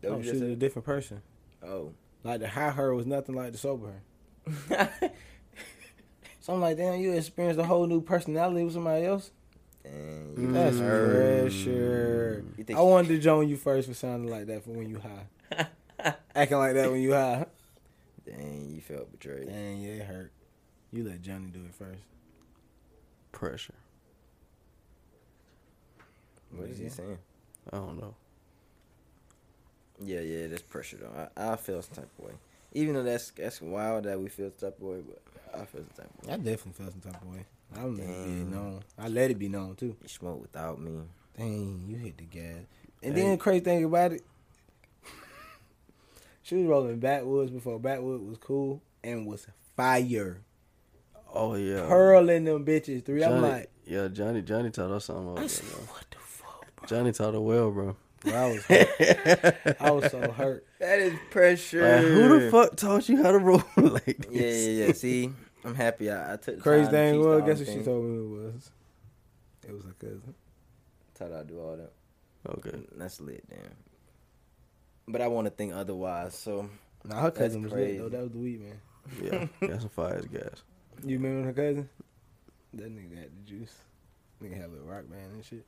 That no, what she you was just a said? different person. oh. Like the high her was nothing like the sober her. So I'm like, damn, you experienced a whole new personality with somebody else. Dang, you That's hurt. pressure. Mm. You think I wanted to join you first for sounding like that for when you high, acting like that when you high. Dang, you felt betrayed. Dang, yeah, it hurt. You let Johnny do it first. Pressure. What is he Yeah. saying? I don't know. Yeah, yeah, that's pressure though. I, I feel some type of way. Even though that's that's wild that we feel some type of way, but I feel some type of I way. definitely felt some type of way. I don't let it be Damn. known. I let it be known too. You smoke without me. Dang, you hit the gas. And Hey. then the crazy thing about it, she was rolling backwoods before backwood was cool and was fire. Oh yeah. Pearling them bitches three. Johnny, I'm like, yeah, Johnny. Johnny taught us something. About I that, said, bro. what the fuck, bro? Johnny taught her well, bro. Bro, I was hurt. I was so hurt. That is pressure. Like, who the fuck taught you how to roll like Yeah, this? yeah, yeah. See, I'm happy. I, I took the Crazy time to thing teach was, the guess whole what she thing. told me it was? It was her cousin. Thought I'd do all that. Okay. That's lit, damn. But I want to think otherwise. So Nah, her That's cousin was lit crazy. though. That was the weed man. Yeah. That's some fire ass gas. You remember her cousin? That nigga had the juice. Nigga had a little rock band and shit.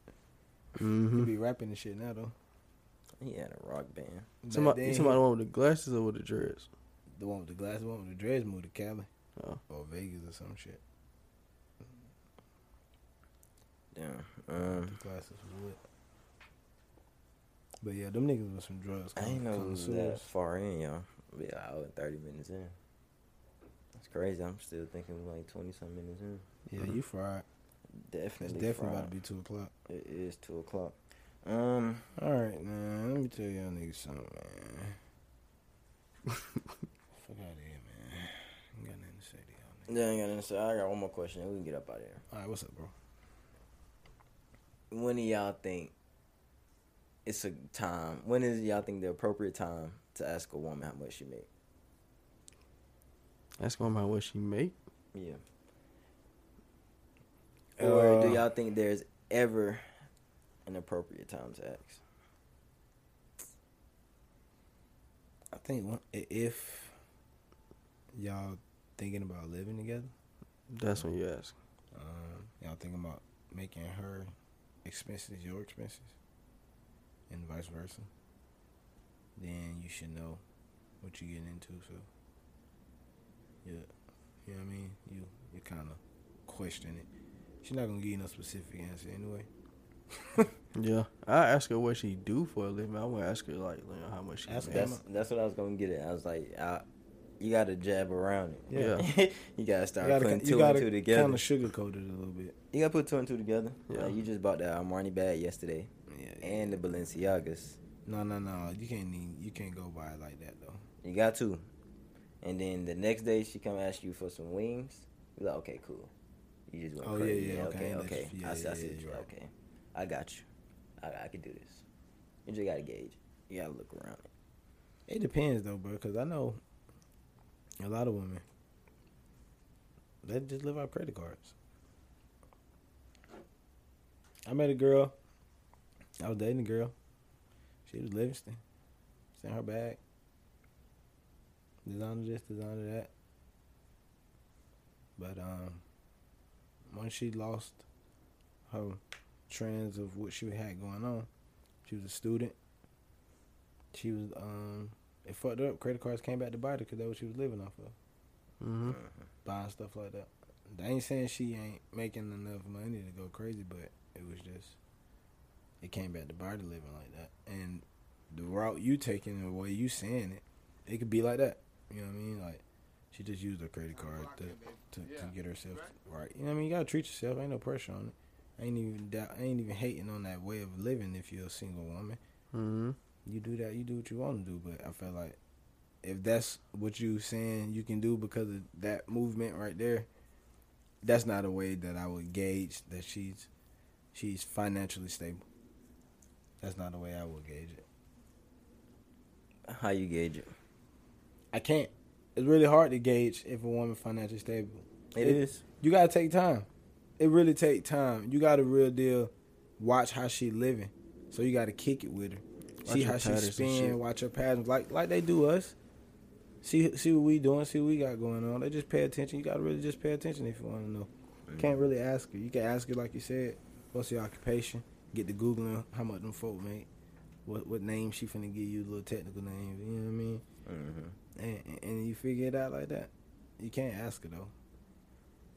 Hmm. He Mm-hmm. be rapping and shit now though. he had a rock band. Back Somebody, then, you he- somebody want with the glasses or with the dreads? The one with the glass, the one with the dreads moved to Cali. Oh. Or Vegas or some shit. Damn. The Um, glasses was lit. But yeah, them niggas was some drugs. I ain't know it was that connoisseurs. far in, y'all. We an hour and thirty minutes in. That's crazy. I'm still thinking we're like twenty some minutes in. Yeah, you fried. It's Definitely. definitely fried. about to be two o'clock. It is two o'clock. Um, All right, man. Let me tell y'all niggas something, man. Fuck out of here, man. I ain't got nothing to say to y'all niggas. Yeah, I ain't got nothing to say. I got one more question. and We can get up out of here. All right, what's up, bro? When do y'all think it's a time? When is y'all think the appropriate time to ask a woman how much she make? Ask my mom what she make. Yeah. Or do Uh, y'all think there's ever an appropriate time to ask? I think one- i- if y'all thinking about living together, That's when you ask. um, y'all thinking about making her expenses your expenses, and vice versa, then you should know what you're getting into. So, yeah, you know what I mean. You you kind of question it. She's not gonna give you no specific answer anyway. Yeah, I ask her what she do for a living. I want to ask her like, you know, how much she Ask make. her. That's that's what I was gonna get at. I was like, I, you got to jab around it. Yeah. you got to start you gotta, putting you two and gotta two together. kind of sugarcoat it a little bit. You gotta put two and two together. Yeah. Yeah. you just bought that Armani bag yesterday, Yeah. and the Balenciagas. No, no, no. You can't need, you can't go by it like that though. You got two, and then the next day she come ask you for some wings. You like, okay, cool. You just went Oh, crazy. yeah, yeah, okay, okay, okay. I understand. Yeah, I, see- I yeah, see yeah, what you you're right. okay. I got you. I, I can do this. You just gotta gauge. You gotta look around. It depends though, bro. Because I know a lot of women that just live off credit cards. I met a girl. I was dating a girl. She was Livingston. Sent her bag. Designer this, designer that. But um, once she lost her trends of what she had going on, she was a student. She was um, it fucked her up. Credit cards came back to bite her because that's what she was living off of, Mm-hmm. buying stuff like that. I ain't saying she ain't making enough money to go crazy, but it was just it came back to bite her living like that. And the route you taking, the way you saying it, it could be like that. You know what I mean? Like she just used her credit card to to, to get herself right. You know what I mean? You gotta treat yourself. Ain't no pressure on it. Ain't even doubt, ain't even hating on that way of living if you're a single woman Mm-hmm. you do that, you do what you want to do. But I feel like if that's what you saying you can do because of that movement right there, that's not a way that I would gauge that she's she's financially stable. That's not the way I would gauge it. At how you gauge it? I can't. It's really hard to gauge if a woman financially stable. it is. You gotta take time. It really take time. You gotta real deal watch how she living. So you gotta kick it with her. Watch see her how she patterns and shit. spin, watch her patterns, like like they do us. See see what we doing, see what we got going on. They just pay attention. You gotta really just pay attention if you wanna know. You can't really ask her. You can ask her like you said, what's your occupation? Get to Googling how much them folk make. What what name she finna give you, little technical name, you know what I mean? Mm-hmm. and, and you figure it out like that. You can't ask her though,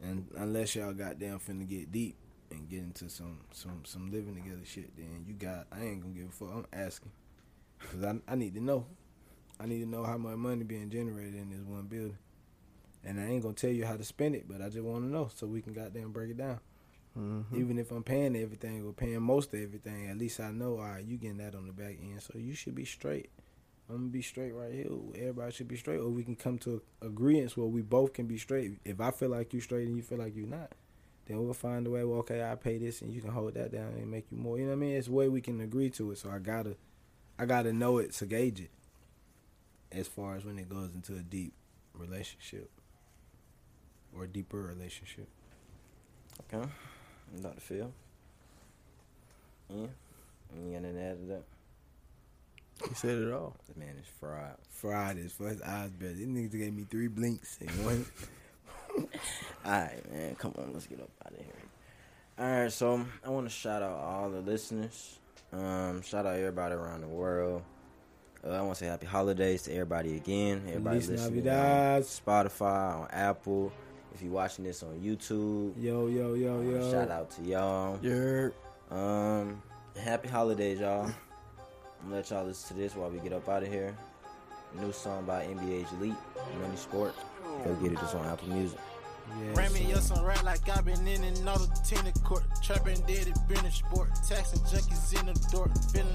and unless y'all goddamn finna get deep and get into some some some living together shit, then you got I ain't gonna give a fuck. I'm asking because I I need to know. I need to know how much money being generated in this one building, and I ain't gonna tell you how to spend it, but I just want to know so we can goddamn break it down. Mm-hmm. Even if I'm paying everything or paying most of everything, at least I know all right, you getting that on the back end. So you should be straight. I'm gonna be straight right here. Everybody should be straight, or we can come to agreements where we both can be straight. If I feel like you straight and you feel like you not, then we'll find a way. Well, okay, I pay this and you can hold that down and make you more. You know what I mean? It's a way we can agree to it. So I gotta, I gotta know it to gauge it. As far as when it goes into a deep relationship or deeper relationship. Okay. Dr. Phil. Yeah. You got nothing to add to that? He said it all. This man is fried. Fridays for his eyes better. These niggas gave me three blinks and one. All right, man. Come on, let's get up out of here. All right, so I want to shout out all the listeners. Um, shout out everybody around the world. Uh, I want to say happy holidays to everybody again. Everybody Feliz listening on Navidad. Spotify, on Apple. If you're watching this on YouTube, yo, yo, yo, um, yo. shout out to y'all. Yeah. Um, happy holidays, y'all. I'm gonna let y'all listen to this while we get up out of here. New song by NBA Elite, Money Sport. Go get it. It's on Apple Music. Yes. Ram me up some rap like I've been in and out of tennis court. Trapping dead, it been a sport. Taxing junkies in the door. Feeling